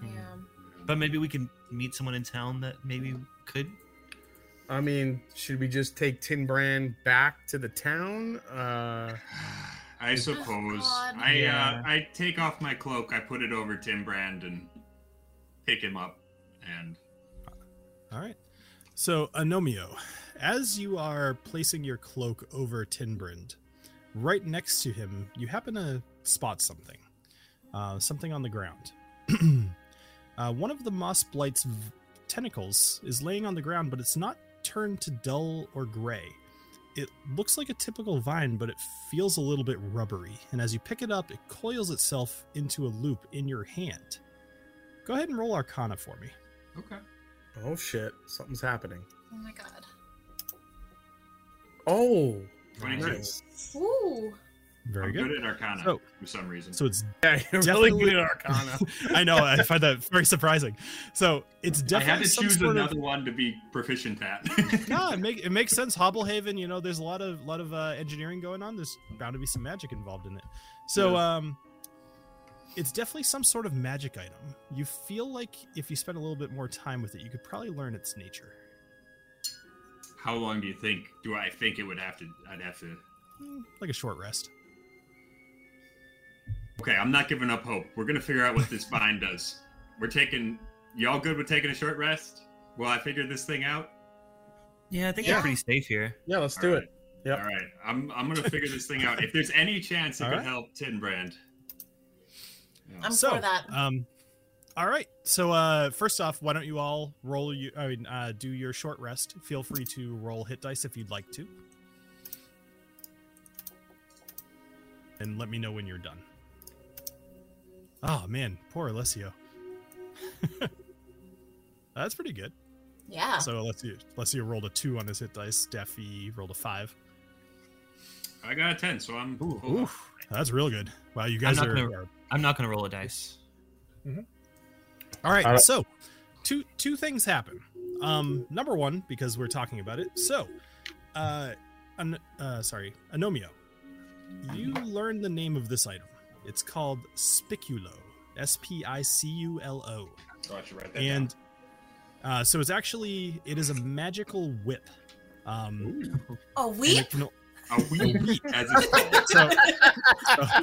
Yeah. Mm-hmm. but maybe we can meet someone in town that maybe could. I mean, should we just take Tin Brand back to the town? Uh, I suppose. God. I Yeah. uh, I take off my cloak. I put it over Tim Brand and pick him up. And All right. So, Anomio, as you are placing your cloak over Tinbrand, right next to him, you happen to spot something. Uh, something on the ground. uh, one of the moss blight's v- tentacles is laying on the ground, but it's not turned to dull or gray. It looks like a typical vine, but it feels a little bit rubbery. And as you pick it up, it coils itself into a loop in your hand. Go ahead and roll Arcana for me. okay. oh shit, something's happening. Oh my god. Oh, Twenty-two. nice. Ooh. Very I'm good. good at Arcana So- for some reason. So it's Yeah, you're really Definitely- good at Arcana. I know I find that very surprising. So it's I definitely had to some choose sort another one to be proficient at. Of, no, it, make, it makes sense. Hobblehaven, you know, there's a lot of lot of uh, engineering going on. There's bound to be some magic involved in it. So um, it's definitely some sort of magic item. You feel like if you spent a little bit more time with it, you could probably learn its nature. How long do you think? Do I think it would have to? I'd have to. Hmm, Like a short rest. Okay, I'm not giving up hope. We're gonna figure out what this vine does. We're taking. Y'all good with taking a short rest? Well, I figured this thing out. Yeah, I think Yeah. we're pretty safe here. Yeah, let's do it. Yep. All right, I'm I'm gonna figure this thing out. If there's any chance it All could right. help Tin Brand. Yeah. I'm so, for that. Um, all right. So uh, first off, why don't you all roll? You, I mean, uh, do your short rest. Feel free to roll hit dice if you'd like to, and let me know when you're done. Oh man, poor Alessio. That's pretty good. Yeah. So Alessio, Alessio rolled a two on his hit dice. Daffy rolled a five. I got a ten, so I'm. full up. Oof, that's real good. Wow, you guys not are, gonna- are I'm not gonna roll a dice. All right. All right. So, two two things happen. Um, number one, because we're talking about it. So, uh, an, uh sorry, Anomio, you learn the name of this item. It's called Spiculo. S P I C U L O. So I should write that and uh, so it's actually it is a magical whip. Um, down. Oh, and we it can o- Ooh, a wheat as it's called. so,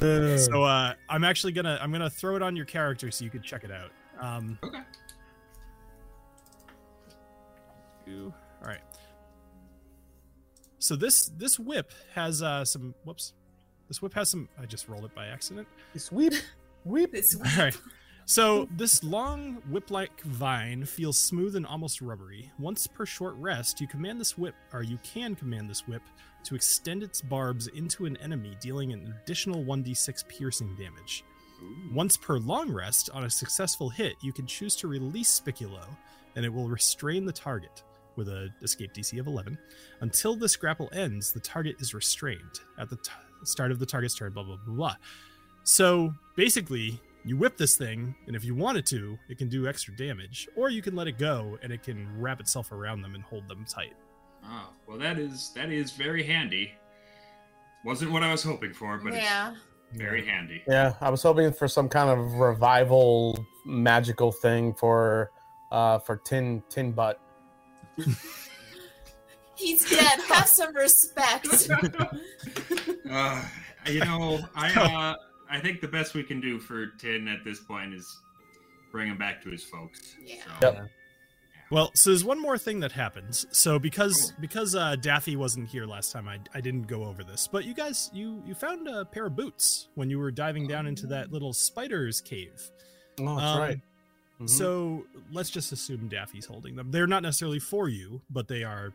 so uh, I'm actually gonna I'm gonna throw it on your character so you can check it out. Um, Okay. you- All right. So this this whip has uh, some whoops. This whip has some. I just rolled it by accident. Sweep, weep. this All right. So this long whip-like vine feels smooth and almost rubbery. Once per short rest, you command this whip, or you can command this whip, to extend its barbs into an enemy, dealing an additional 1d6 piercing damage. Ooh. Once per long rest, on a successful hit, you can choose to release Spiculo, and it will restrain the target with a escape DC of 11. Until this grapple ends, the target is restrained at the t- start of the target's turn, blah, blah, blah, blah. So basically, you whip this thing, and if you wanted to, it can do extra damage, or you can let it go and it can wrap itself around them and hold them tight. Oh, well that is that is very handy. Wasn't what I was hoping for, but yeah. it's very handy. Yeah, I was hoping for some kind of revival magical thing for uh for Tin Tin Butt. He's dead. Have some respect. Uh, you know, I uh, I think the best we can do for Tin at this point is bring him back to his folks. Yeah. So, Yep. Well, so there's one more thing that happens. So because because uh, Daffy wasn't here last time, I, I didn't go over this. But you guys, you you found a pair of boots when you were diving down into that little spider's cave. Oh, Um, Mhm. So let's just assume Daffy's holding them. They're not necessarily for you, but they are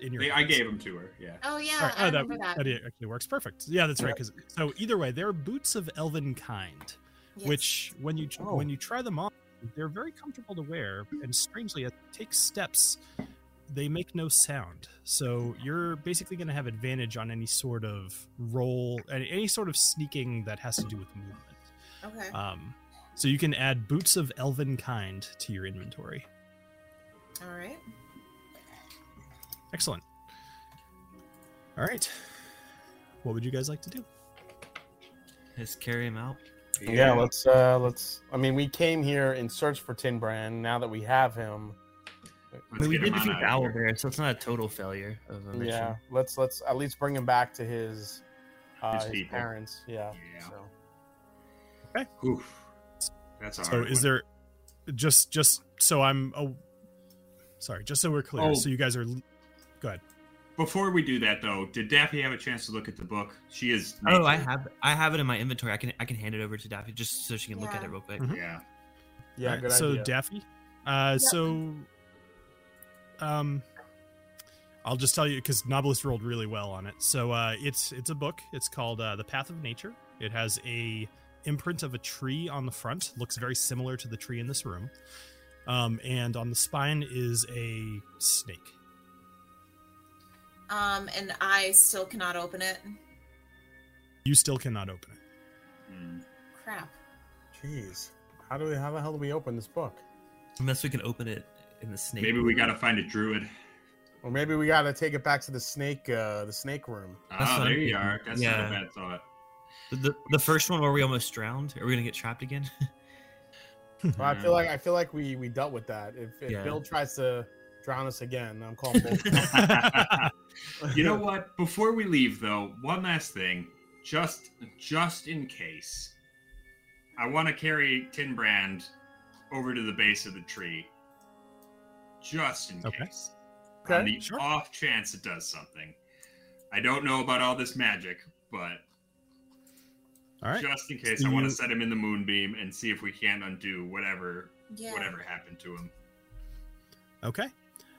in your. They, I hands. gave him to her. Yeah. Oh yeah. All right. I Oh, that, remember that. that actually works perfect. Yeah, that's right. Because so either way, they're boots of elven kind Yes. which when you Oh. when you try them on they're very comfortable to wear and strangely as you take steps they make no sound so you're basically going to have advantage on any sort of roll and any sort of sneaking that has to do with movement Okay. um, so you can add boots of elven kind to your inventory uh, All right. excellent all right what would you guys like to do Just carry him out. yeah, let's uh let's I mean we came here in search for Tin Brand. Now that we have him, I mean, we did him defeat on the out owl of here. bear, so it's not a total failure of a mission. yeah, let's let's at least bring him back to his uh His his, people. parents. Yeah. Yeah. So Whew. That's all. so is there just just so i'm oh, sorry just so we're clear Oh. so you guys are go ahead Before we do that, though, did Daffy have a chance to look at the book? She is. Oh, I nature. have I have it in my inventory. I can I can hand it over to Daffy just so she can look Yeah. at it real quick. Mhm. Yeah. yeah, Alright, good so idea. Daffy, uh, so um, I'll just tell you because Novelist rolled really well on it. So uh, it's it's a book. It's called uh, The Path of Nature. It has a imprint of a tree on the front. Looks very similar to the tree in this room. Um, and on the spine is a snake. Um, and I still cannot open it. You still cannot open it. Mm. Crap. Jeez. How do we how the hell do we open this book? Unless we can open it in the snake. Maybe we gotta find a druid. Or maybe we gotta take it back to the snake uh the snake room. That's Ah, what there I'm you thinking. are. That's Yeah. not a bad thought. The- the, the first one where we almost drowned. Are we gonna get trapped again? Well, I feel like I feel like we we dealt with that. If, if Hmm. Yeah. Bill tries to drown us again, I'm calling. bull. you know what? Before we leave, though, one last thing, just just in case, I want to carry Tin Brand over to the base of the tree, just in Okay. case. Okay, On the sure. off chance it does something, I don't know about all this magic, but All right. just in case, So I want you- to set him in the moonbeam and see if we can undo whatever Yeah. whatever happened to him. Okay.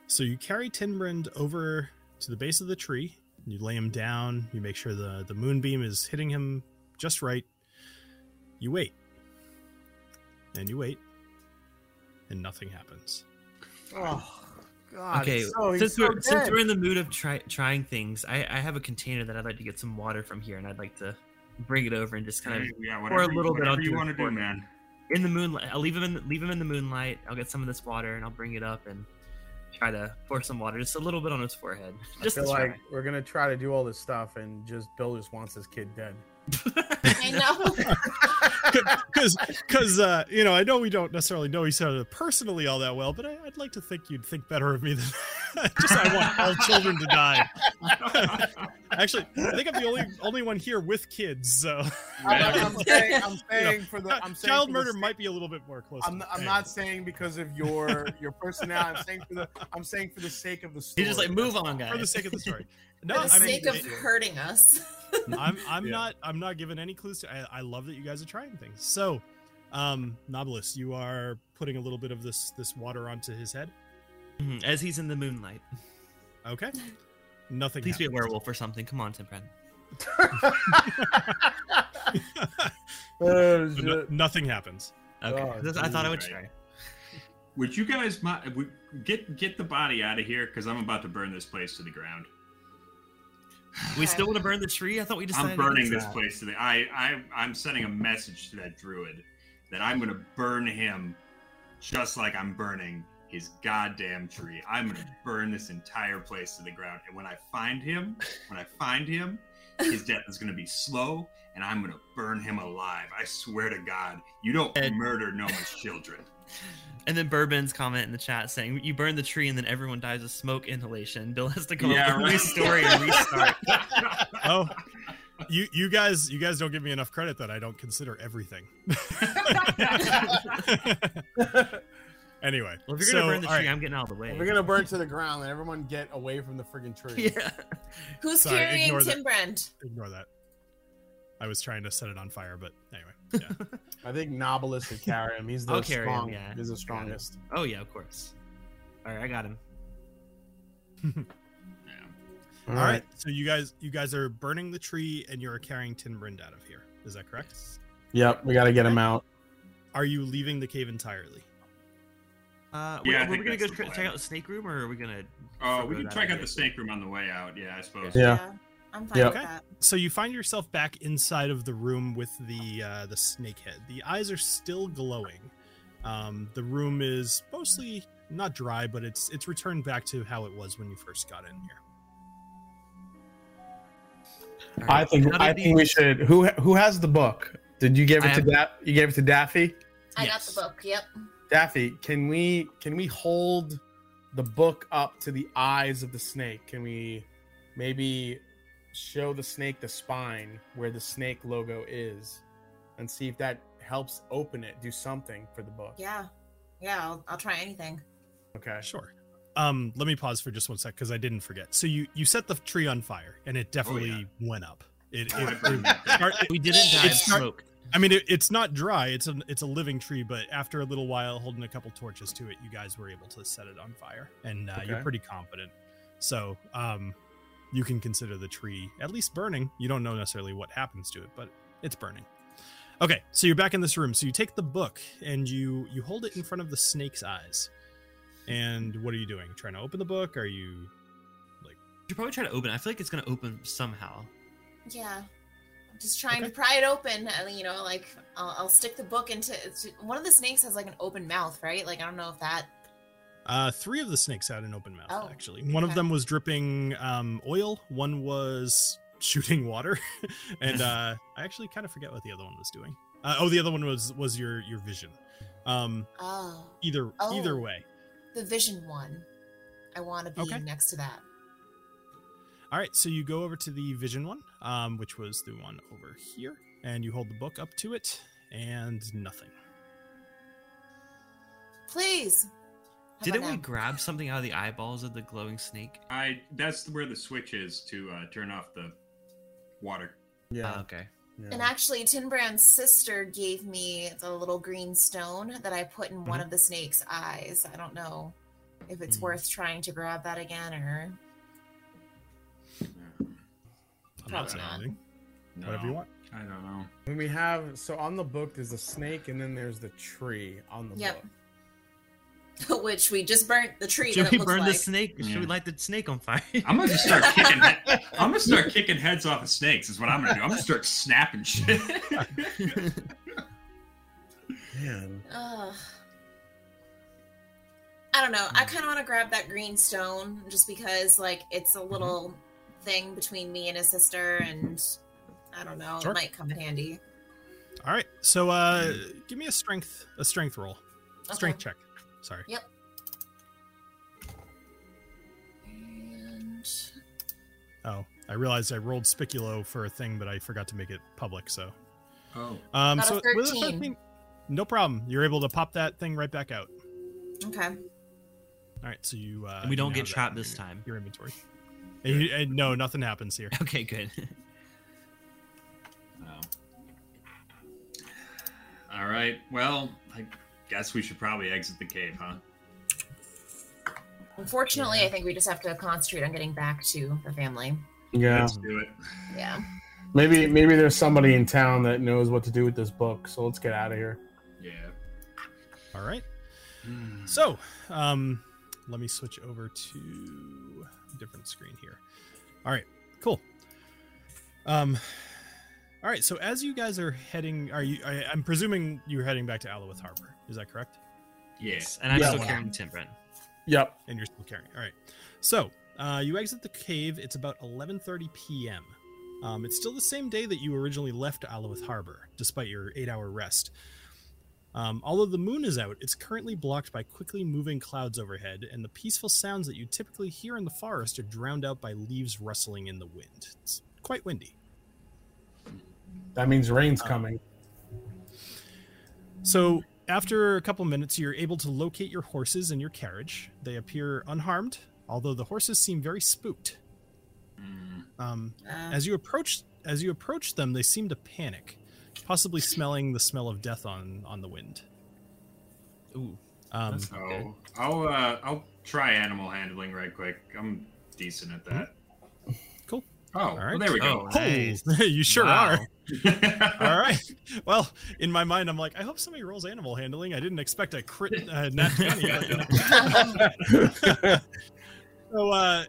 So you carry Tinbrand over to the base of the tree. You lay him down. You make sure the, the moonbeam is hitting him just right. You wait. And you wait. And nothing happens. oh God. okay, it's so- he's since so we're since dead. we're in the mood of try, trying things, I, I have a container that I'd like to get some water from here, and I'd like to bring it over and just kind of yeah, a little bit whatever onto you your want to do, fork. man. in the moonlight. I'll leave him in leave him in the moonlight. I'll get some of this water and I'll bring it up and try to pour some water, just a little bit on his forehead, just I to feel try. like we're gonna try to do all this stuff, and just Bill just wants his kid dead. I know. because because uh, you know I know we don't necessarily know each other personally all that well, but I, I'd like to think you'd think better of me than just I want all children to die. Actually, I think I'm the only only one here with kids, so I'm, I'm saying, I'm saying for the I'm saying child for the murder sake- might be a little bit more close. I'm, to I'm the not saying because of your your personality. I'm saying for the I'm saying for the sake of the story. He's just like move on, thing. guys. for the sake of the story. No, For the I mean, sake of hurting us. I'm I'm Yeah. not I'm not giving any clues to. I, I love that you guys are trying things. So, um, Nobilis, you are putting a little bit of this this water onto his head. Mhm, As he's in the moonlight, Okay, nothing. please be a happens. werewolf or something. Come on, Timpran. Oh, So no- shit. nothing happens. Okay, Oh, This- I thought I would dude. try. Would you guys mi- would- get get the body out of here? Because I'm about to burn this place to the ground. We still want to burn the tree. I thought we decided. I'm burning against this that. place to the. I I I'm sending a message to that druid that I'm gonna burn him, just like I'm burning his goddamn tree. I'm gonna burn this entire place to the ground. And when I find him, when I find him, his death is gonna be slow, and I'm gonna burn him alive. I swear to God, you don't Ed. murder no one's children. And then Bourbon's comment in the chat saying, "You burn the tree, and then everyone dies of smoke inhalation." Bill has to come Yeah, up with a right. new story and restart. Oh, you you guys you guys don't give me enough credit that I don't consider everything. anyway, Well, if you're so, gonna burn the all tree, right, I'm getting out of the way. We're gonna burn to the ground. Let everyone get away from the friggin' tree. yeah. Who's Sorry, carrying ignore that. Tim Brand? ignore that. I was trying to set it on fire, but anyway, yeah. I think Nobilis could carry him. He's the I'll carry him, strong. yeah. He's the strongest. Oh yeah, of course. All right, I got him. all right. So you guys you guys are burning the tree and you're carrying Tinbrind out of here. Is that correct? Yep. We gotta get him out. Are you leaving the cave entirely? Yeah, Uh, I yeah, we're, think gonna that's go the tr- check plan. out the snake room, or are we gonna? Oh, throw we can that check out idea? the snake room on the way out. Yeah, I suppose. Yeah. I'm fine Yeah. with that. So you find yourself back inside of the room with the uh, the snake head. The eyes are still glowing. Um, the room is mostly not dry, but it's it's returned back to how it was when you first got in here. All I right. think How I did think we these- should. Who who has the book? Did you give I it to have- Dap? You gave it to Daffy. I Yes. got the book. Yep. Daffy, can we can we hold the book up to the eyes of the snake? Can we maybe show the snake the spine where the snake logo is, and see if that helps open it, do something for the book? Yeah. Yeah. I'll, I'll try anything. Okay. Sure. Um, let me pause for just one sec because I didn't forget. So you you set the tree on fire, and it definitely went up. It, Oh, I it, burned it that thing. start- we didn't die It's of not- smoke. I mean, it, it's not dry. It's a it's a living tree, but after a little while, holding a couple torches to it, you guys were able to set it on fire, and uh, you're Okay. pretty confident. So, um, you can consider the tree at least burning. You don't know necessarily what happens to it, but it's burning. Okay, so you're back in this room. So you take the book and you you hold it in front of the snake's eyes. And what are you doing? Trying to open the book? Are you? You should probably try to open. it. I feel like it's gonna open somehow. Yeah. I'm just trying Okay. to pry it open. I mean, You know, like I'll, I'll stick the book into it's- one of the snakes has like an open mouth, right? Like I don't know if that. Uh, three of the snakes had an open mouth. Oh, actually, one of okay. them was dripping um, oil. One was shooting water, and uh, I actually kind of forget what the other one was doing. Uh, oh, the other one was was your your vision. Um, Oh, either Oh. either way. the vision one. I want to be Okay. next to that. All right, so you go over to the vision one, um, which was the one over here, and you hold the book up to it, and nothing. Please. How Didn't about we now? grab something out of the eyeballs of the glowing snake? I that's where the switch is to uh, turn off the water. Oh, okay. And actually, Tinbrand's sister gave me the little green stone that I put in one of the snake's eyes. I don't know if it's Mm. worth trying to grab that again or. I'm not Probably saying not. anything. Um, No, Whatever you want. I don't know. When we have so on the book, there's the snake, and then there's the tree on the Yep. book. Which we just burnt the tree. Should that we it looks burn like. the snake? Yeah. Should we light the snake on fire? I'm gonna just start kicking. He- I'm gonna start kicking heads off of snakes. Is what I'm gonna do. I'm gonna start snapping shit. Man. Ugh. I don't know. I kind of want to grab that green stone just because, like, it's a little thing between me and his sister, and I don't know, Sure. it might come in handy. All right. So uh give me a strength a strength roll. Strength check. Sorry. And Oh, I realized I rolled spiculo for a thing, but I forgot to make it public. So, oh, um, Got a so with a 13. 13 no problem. You're able to pop that thing right back out. okay, All right, so you. Uh, And we don't you get have that trapped in this your- time. Your inventory. And you- and no, nothing happens here. Okay, good. Oh. All right. Well, I guess we should probably exit the cave, huh? unfortunately, I think we just have to concentrate on getting back to the family. Yeah. Let's do it. Yeah. Maybe maybe there's somebody in town that knows what to do with this book. So let's get out of here. Yeah. All right. So, um, let me switch over to a different screen here. All right, cool. Um, all right. So as you guys are heading, are you? I, I'm presuming you're heading back to Alowith Harbor. Is that correct? Yeah. And I'm Yeah. still carrying Timbrant. Yep. and you're still carrying. All right. So uh, you exit the cave. It's about 11:30 p.m. Um, it's still the same day that you originally left Alowith Harbor, despite your eight-hour rest. Um, although the moon is out, it's currently blocked by quickly moving clouds overhead, and the peaceful sounds that you typically hear in the forest are drowned out by leaves rustling in the wind. It's quite windy. That means rain's Um, coming. So, after a couple minutes, you're able to locate your horses and your carriage. They appear unharmed, although the horses seem very spooked. Mm. Um, Uh, As you approach, as you approach them, they seem to panic, possibly smelling the smell of death on on the wind. Ooh. Um, That's- So Okay. I'll uh, I'll try animal handling right quick. I'm decent at that. Cool. Oh, right. well, there we go. Oh. nice. Oh, you sure Wow. are. All right. Well, in my mind, I'm like, I hope somebody rolls animal handling. I didn't expect a crit uh, nat 20. But, you know. so uh,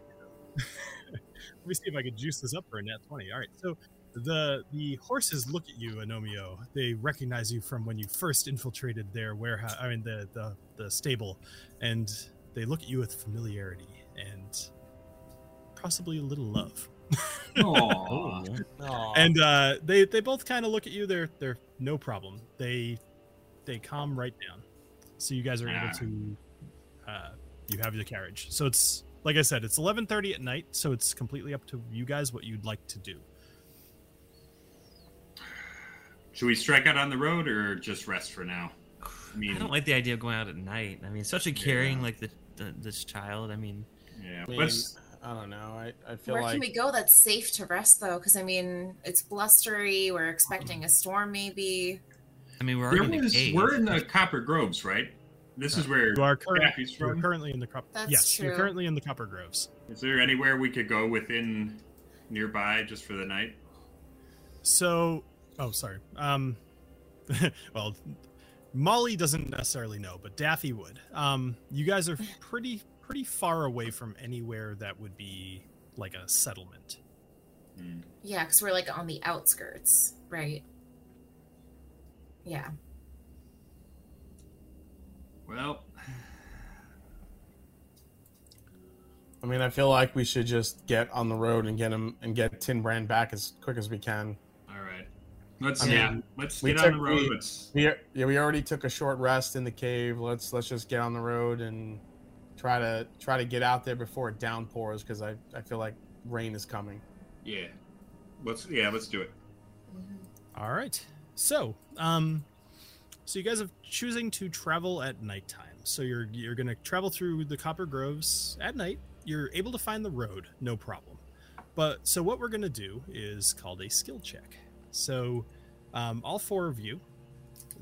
let me see if I could juice this up for a nat 20. All right. So the the horses look at you, Anomio. They recognize you from when you first infiltrated their warehouse. I mean, the the, the stable, and they look at you with familiarity and possibly a little love. Aw. And uh, they they both kind of look at you. They're they're no problem. They they calm right down. So you guys are Ah. able to uh, you have the carriage. So it's like I said, it's eleven thirty at night. So it's completely up to you guys what you'd like to do. Should we strike out on the road or just rest for now? I mean, I don't like the idea of going out at night. I mean, especially carrying like the, the this child. I mean, yeah. I, mean, Let's. I don't know. I, I feel Where like can we go that's safe to rest though? Because I mean, it's blustery. We're expecting a storm, maybe. I mean, we're There already in the was, cave. we're in the Copper Groves, right? This is where You are currently Jackie's you're from. currently in the copper. That's yes, you're true. currently in the Copper Groves. Is there anywhere we could go within nearby just for the night? So oh sorry. Um, well, Molly doesn't necessarily know, but Daffy would. Um, you guys are pretty pretty far away from anywhere that would be like a settlement. Hmm. Yeah, because we're like on the outskirts, right? Yeah. Well, I mean, I feel like we should just get on the road and get him and get Tin Brand back as quick as we can. all right. Let's I yeah. mean, Let's we get on the took- road. we- let's We yeah, we already took a short rest in the cave. Let's let's just get on the road and try to try to get out there before it downpours because I, I feel like rain is coming. yeah. Let's yeah. Let's do it. All right. So, um, so you guys are choosing to travel at nighttime. So you're you're gonna travel through the Copper Groves at night. You're able to find the road, no problem. But so what we're gonna do is called a skill check. So, um, all four of you,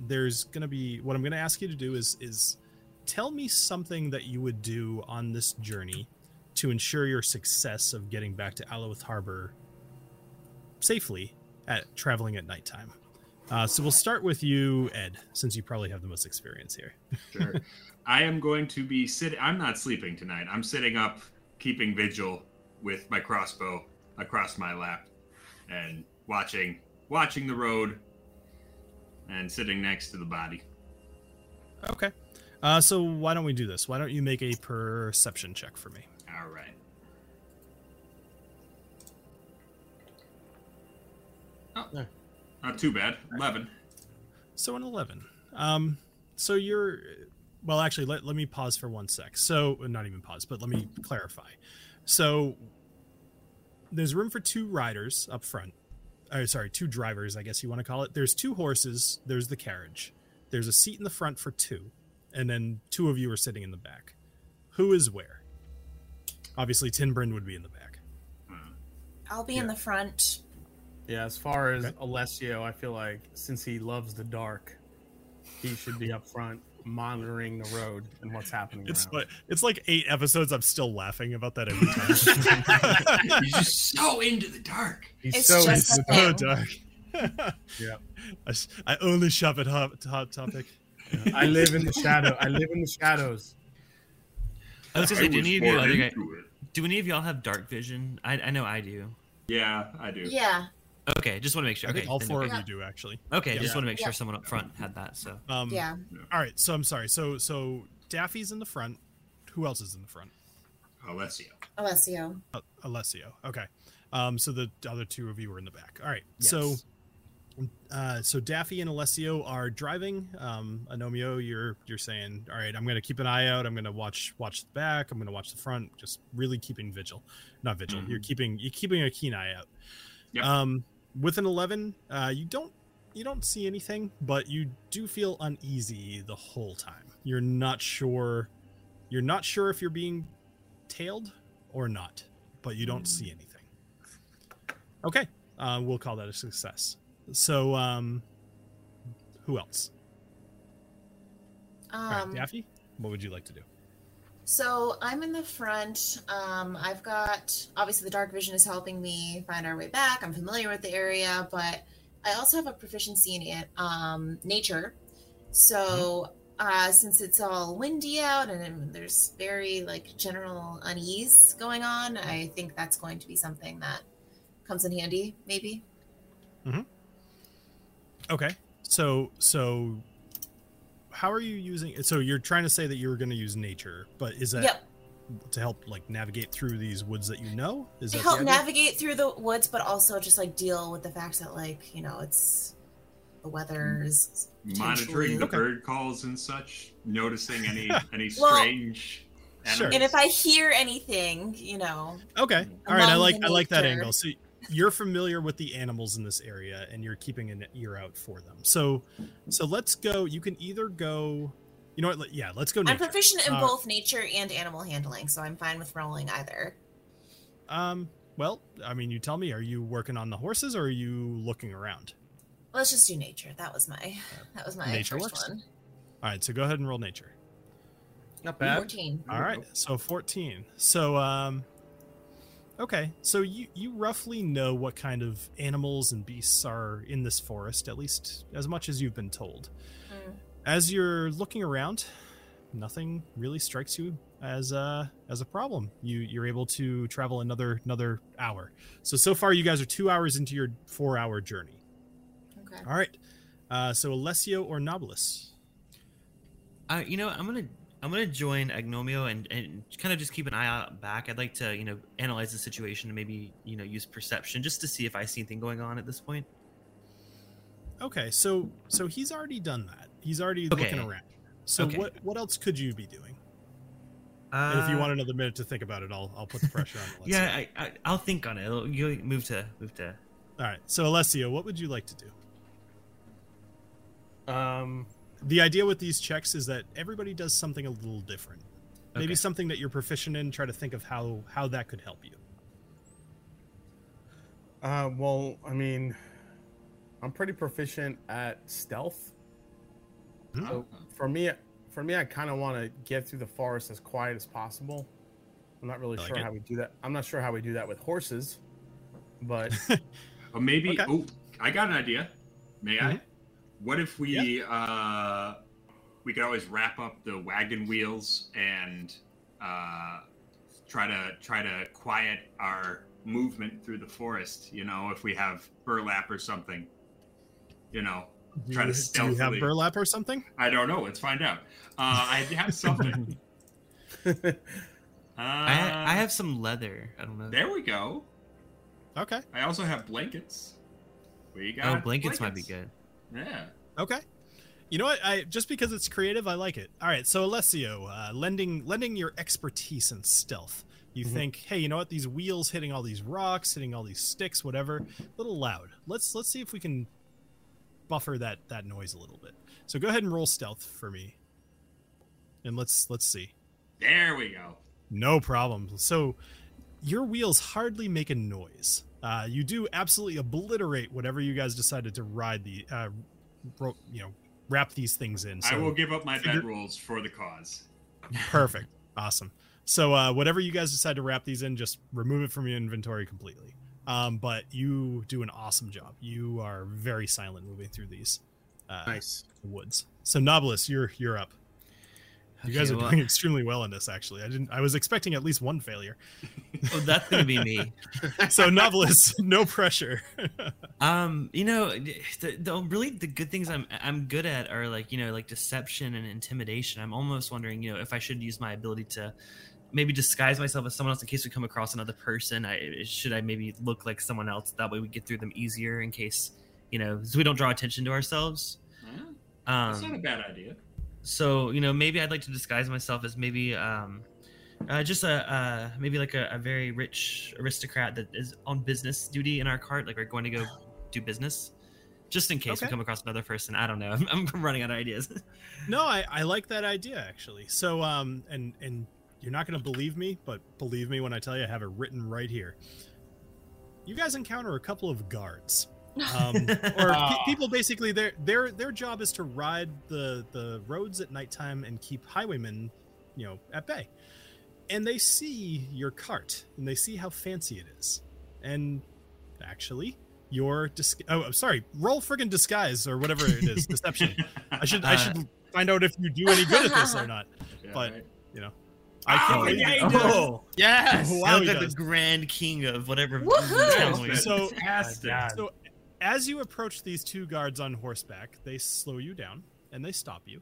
there's gonna be what I'm gonna ask you to do is is tell me something that you would do on this journey to ensure your success of getting back to Alowith Harbor safely at traveling at nighttime. Uh, so we'll start with you, Ed, since you probably have the most experience here. Sure. I am going to be sitting. I'm not sleeping tonight. I'm sitting up, keeping vigil with my crossbow across my lap, and watching, watching the road, and sitting next to the body. Okay. Uh, so why don't we do this? Why don't you make a perception check for me? All right. Oh, Yeah. Oh, not too bad. Eleven. So an 11. Um, so you're, well, actually, let, let me pause for one sec. So, uh, not even pause, but let me clarify. So, there's room for two riders up front. Or, sorry, two drivers, I guess you want to call it. There's two horses, there's the carriage. There's a seat in the front for two, and then two of you are sitting in the back. Who is where? Obviously, Tinbrin would be in the back. I'll be in the front. Yeah, as far as Okay. Alessio, I feel like since he loves the dark, he should be up front monitoring the road and what's happening. It's around. like, it's like eight episodes. I'm still laughing about that every time. You're just so into the dark. He's It's so just- It's That's so okay. dark. Yeah. I, s- I only shop at Hot, hot Topic. I live in the shadow. I live in the shadows. I was gonna I say, do was any of you born other guy, into it. do any of y'all have dark vision? I, I know I do. Yeah, I do. Yeah. Okay, just want to make sure. I think okay, all then four okay. of you do actually. Okay, Yeah. just want to make Yeah. sure someone up front had that. So Um, Yeah. All right. So I'm sorry. So so Daffy's in the front. Who else is in the front? Alessio. Alessio. Uh, Alessio. Okay. Um, so the other two of you are in the back. All right. So uh, so Daffy and Alessio are driving. Um, Anomio, you're you're saying, all right, I'm gonna keep an eye out. I'm gonna watch watch the back. I'm gonna watch the front. Just really keeping vigil, not vigil. You're keeping you're keeping a keen eye out. Yep. Um, with an eleven, uh, you don't you don't see anything, but you do feel uneasy the whole time. You're not sure. You're not sure if you're being tailed or not, but you don't see anything. Okay, uh, we'll call that a success. So, um, who else? All right, Um, Daffy, what would you like to do? So I'm in the front. Um, I've got obviously the dark vision is helping me find our way back. I'm familiar with the area, but I also have a proficiency in it, um, nature. So Mm-hmm. uh, since it's all windy out and there's very like general unease going on, I Mm-hmm. think that's going to be something that comes in handy, maybe. Okay, so so how are you using? So you're trying to say that you were going to use nature, but is that Yep. to help like navigate through these woods that you know? Is to that the help idea? navigate through the woods, but also just like deal with the fact that like you know it's the Mm-hmm. weather is Monitoring the Okay. bird calls and such, noticing any any Well- strange. Sure. animals. And if I hear anything, you know, Okay. All right. I Mm, Among like the I like that nature. angle. So you're familiar with the animals in this area, and you're keeping an ear out for them. So so let's go. You can either go. You know what? let- Yeah, let's go. I'm Nature. proficient in Uh, both nature and animal handling, so I'm fine with rolling either. Um. Well, I mean, you tell me. Are you working on the horses, or are you looking around? Let's just do nature. That was my that was my Nature first works. one. All right. So go ahead and roll nature. Not bad. Fourteen. All right. So 14. So um okay. So you you roughly know what kind of animals and beasts are in this forest at least as much as you've been told. Mm. As you're looking around, nothing really strikes you as a as a problem. You you're able to travel another another hour. So so far you guys are 2 hours into your 4-hour journey. Okay. All right. Uh, so Alessio or Nobilis? I, Uh, you know, what, I'm gonna I'm gonna join Agnomio and and kind of just keep an eye out back. I'd like to you know analyze the situation and maybe you know use perception just to see if I see anything going on at this point. Okay, so so he's already done that. He's already looking Okay. around. So Okay. what what else could you be doing? Uh, And if you want another minute to think about it, I'll I'll put the pressure on. Alessio. yeah, I, I I'll think on it. It'll- You move to move to. All right. So Alessio, what would you like to do? Um, The idea with these checks is that everybody does something a little different. Maybe Okay. something that you're proficient in. Try to think of how how that could help you. Uh, well, I mean, I'm pretty proficient at stealth. Hmm. So for me, for me, I kind of want to get through the forest as quiet as possible. I'm not really I like sure it. how we do that. I'm not sure how we do that with horses, but Or maybe. Okay. Mm-hmm. Oh, I got an idea. May I? What if we uh, we could always wrap up the wagon wheels and uh, try to try to quiet our movement through the forest? You know, if we have burlap or something. You know, Do Try you- to do you have stealthily- burlap or something? I don't know. Let's find out. Uh, I have something. uh, I, ha- I have some leather. I don't know. There we go. Okay. I also have blankets. We got oh, blankets, might be good. Yeah. Okay. You know what? I just because it's creative, I like it. All right. So Alessio, uh, lending lending your expertise in stealth, you Mhm. think, hey, you know what? These wheels hitting all these rocks, hitting all these sticks, whatever, a little loud. Let's let's see if we can buffer that that noise a little bit. So go ahead and roll stealth for me, and let's let's see. There we go. No problem. So your wheels hardly make a noise. Uh, you do absolutely obliterate whatever you guys decided to ride the, uh, ro- you know, wrap these things in. So I will give up my figure- bed rules for the cause. perfect, awesome. So uh, whatever you guys decide to wrap these in, just remove it from your inventory completely. Um, but you do an awesome job. You are very silent moving through these uh, Nice. woods. So Nobilis, you're you're up. You guys Okay, are well, doing extremely well in this. Actually, I didn't. I was expecting at least one failure. oh, that's gonna be me. so novelist no pressure Um, you know, the, the really the good things I'm I'm good at are like you know like deception and intimidation. I'm almost wondering you know if I should use my ability to maybe disguise myself as someone else in case we come across another person. I should I maybe look like someone else that way we get through them easier in case you know so we don't draw attention to ourselves. Huh? Um, That's not a bad idea. so you know maybe i'd like to disguise myself as maybe um uh, just a uh, maybe like a, a very rich aristocrat that is on business duty in our cart like we're going to go do business just in case we Okay. come across another person i don't know i'm, I'm running out of ideas no I, I like that idea actually so um and and you're not gonna believe me but believe me when i tell you i have it written right here you guys encounter a couple of guards um, or pe- Ah. people basically their their their job is to ride the the roads at nighttime and keep highwaymen you know at bay and they see your cart and they see how fancy it is and actually your dis- oh i'm sorry roll friggin disguise or whatever it is deception i should i should find out if you do any good at this or not Yeah, but- right. i Oh, believe yeah, it. he does. oh Yes. Wow, look he at the does. grand king of whatever Woohoo! town we're in. That's So- fantastic. God. So, as you approach these two guards on horseback, they slow you down and they stop you,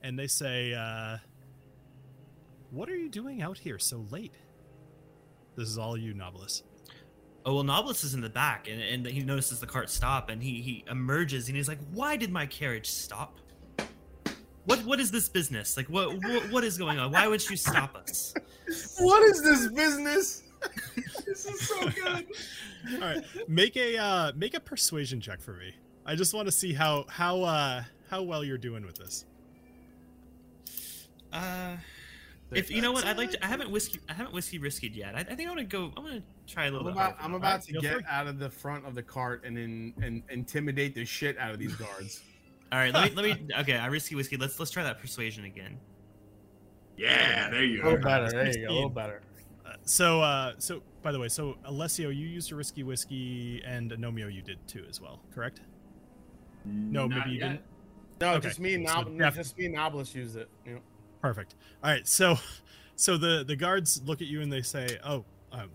and they say, uh, "What are you doing out here so late?" This is all you, Nobilis. Oh well, Nobilis is in the back, and, and he notices the cart stop, and he he emerges, and he's like, "Why did my carriage stop? What what is this business? Like, what what, what is going on? Why would you stop us?" What is this business? this is so good. All right, make a uh, make a persuasion check for me. I just want to see how how uh, how well you're doing with this. Uh, if you know what, I'd like to. I haven't whiskey. I haven't whiskey riskied yet. I, I think I want to go. I'm gonna try a little I'm bit. about, um, harder. I'm about to Feel get free. out of the front of the cart and in, and intimidate the shit out of these guards. All right, let me let me. Okay, I risky whiskey. Let's let's try that persuasion again. Yeah, there you A Oh, go. little better. There you go. A little 16. better. Uh, so uh, so by the way, so Alessio, you used a risky whiskey, and Anomio, you did too as well, correct? No, Not maybe you yet. didn't. No, Okay. just me and So Nob- def- just me and Nobilis used it. You know. Perfect. All right, so so the the guards look at you and they say, "Oh, um,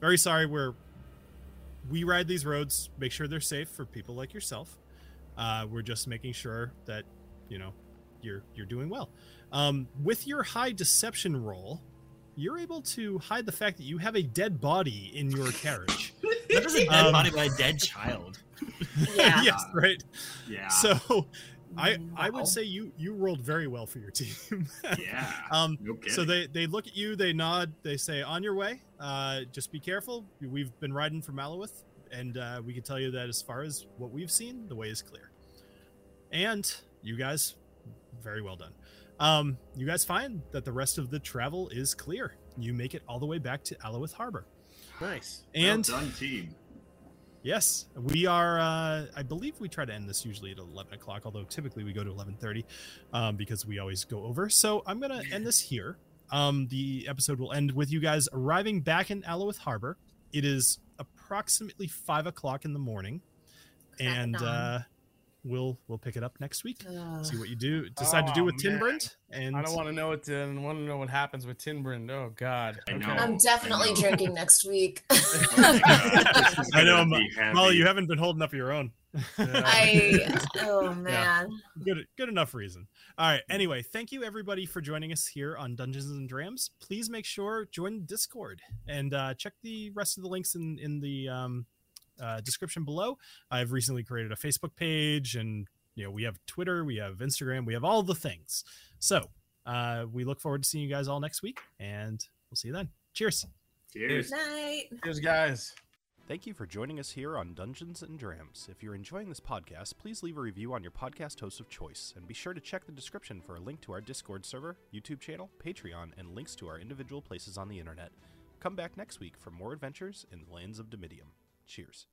very sorry. We're we ride these roads. Make sure they're safe for people like yourself. Uh, we're just making sure that you know you're you're doing well. Um, with your high deception roll, you're able to hide the fact that you have a dead body in your carriage. That is a dead Um, body by a dead child. Yeah. Hmm. yes, right. Yeah. So I I Wow. would say you you rolled very well for your team. yeah. um, No kidding. So they they look at you, they nod, they say, "On your way. Uh, just be careful. We've been riding for Malawith, and uh, we can tell you that as far as what we've seen, the way is clear." And you guys, very well done. Um, you guys find that the rest of the travel is clear. You make it all the way back to Alawith Harbor, Nice. and well done team. Yes, we are. Uh, I believe we try to end this usually at eleven o'clock, although typically we go to eleven thirty um, because we always go over. So I'm gonna end this here. Um, the episode will end with you guys arriving back in Alowith Harbor. It is approximately five o'clock in the morning, Crack of and dawn. uh, we'll we'll pick it up next week. Uh, See what you do decide to Oh, do with man. Tinbrent, and I don't want to know what to, I don't want to know what happens with Tinbrand. Oh God. I Okay. know. I'm definitely I know. drinking next week. Uh, God. I know, Molly. Molly, you haven't been holding up your own. Uh, I oh man. good good enough reason all right anyway thank you everybody for joining us here on dungeons and drams please make sure join discord and uh, check the rest of the links in in the um, uh, description below i've recently created a facebook page and you know we have twitter we have instagram we have all the things so uh, we look forward to seeing you guys all next week and we'll see you then cheers Cheers. Night. Cheers, guys. Thank you for joining us here on Dungeons and Drams. If you're enjoying this podcast, please leave a review on your podcast host of choice, and be sure to check the description for a link to our Discord server, YouTube channel, Patreon, and links to our individual places on the internet. Come back next week for more adventures in the lands of Domitium. Cheers.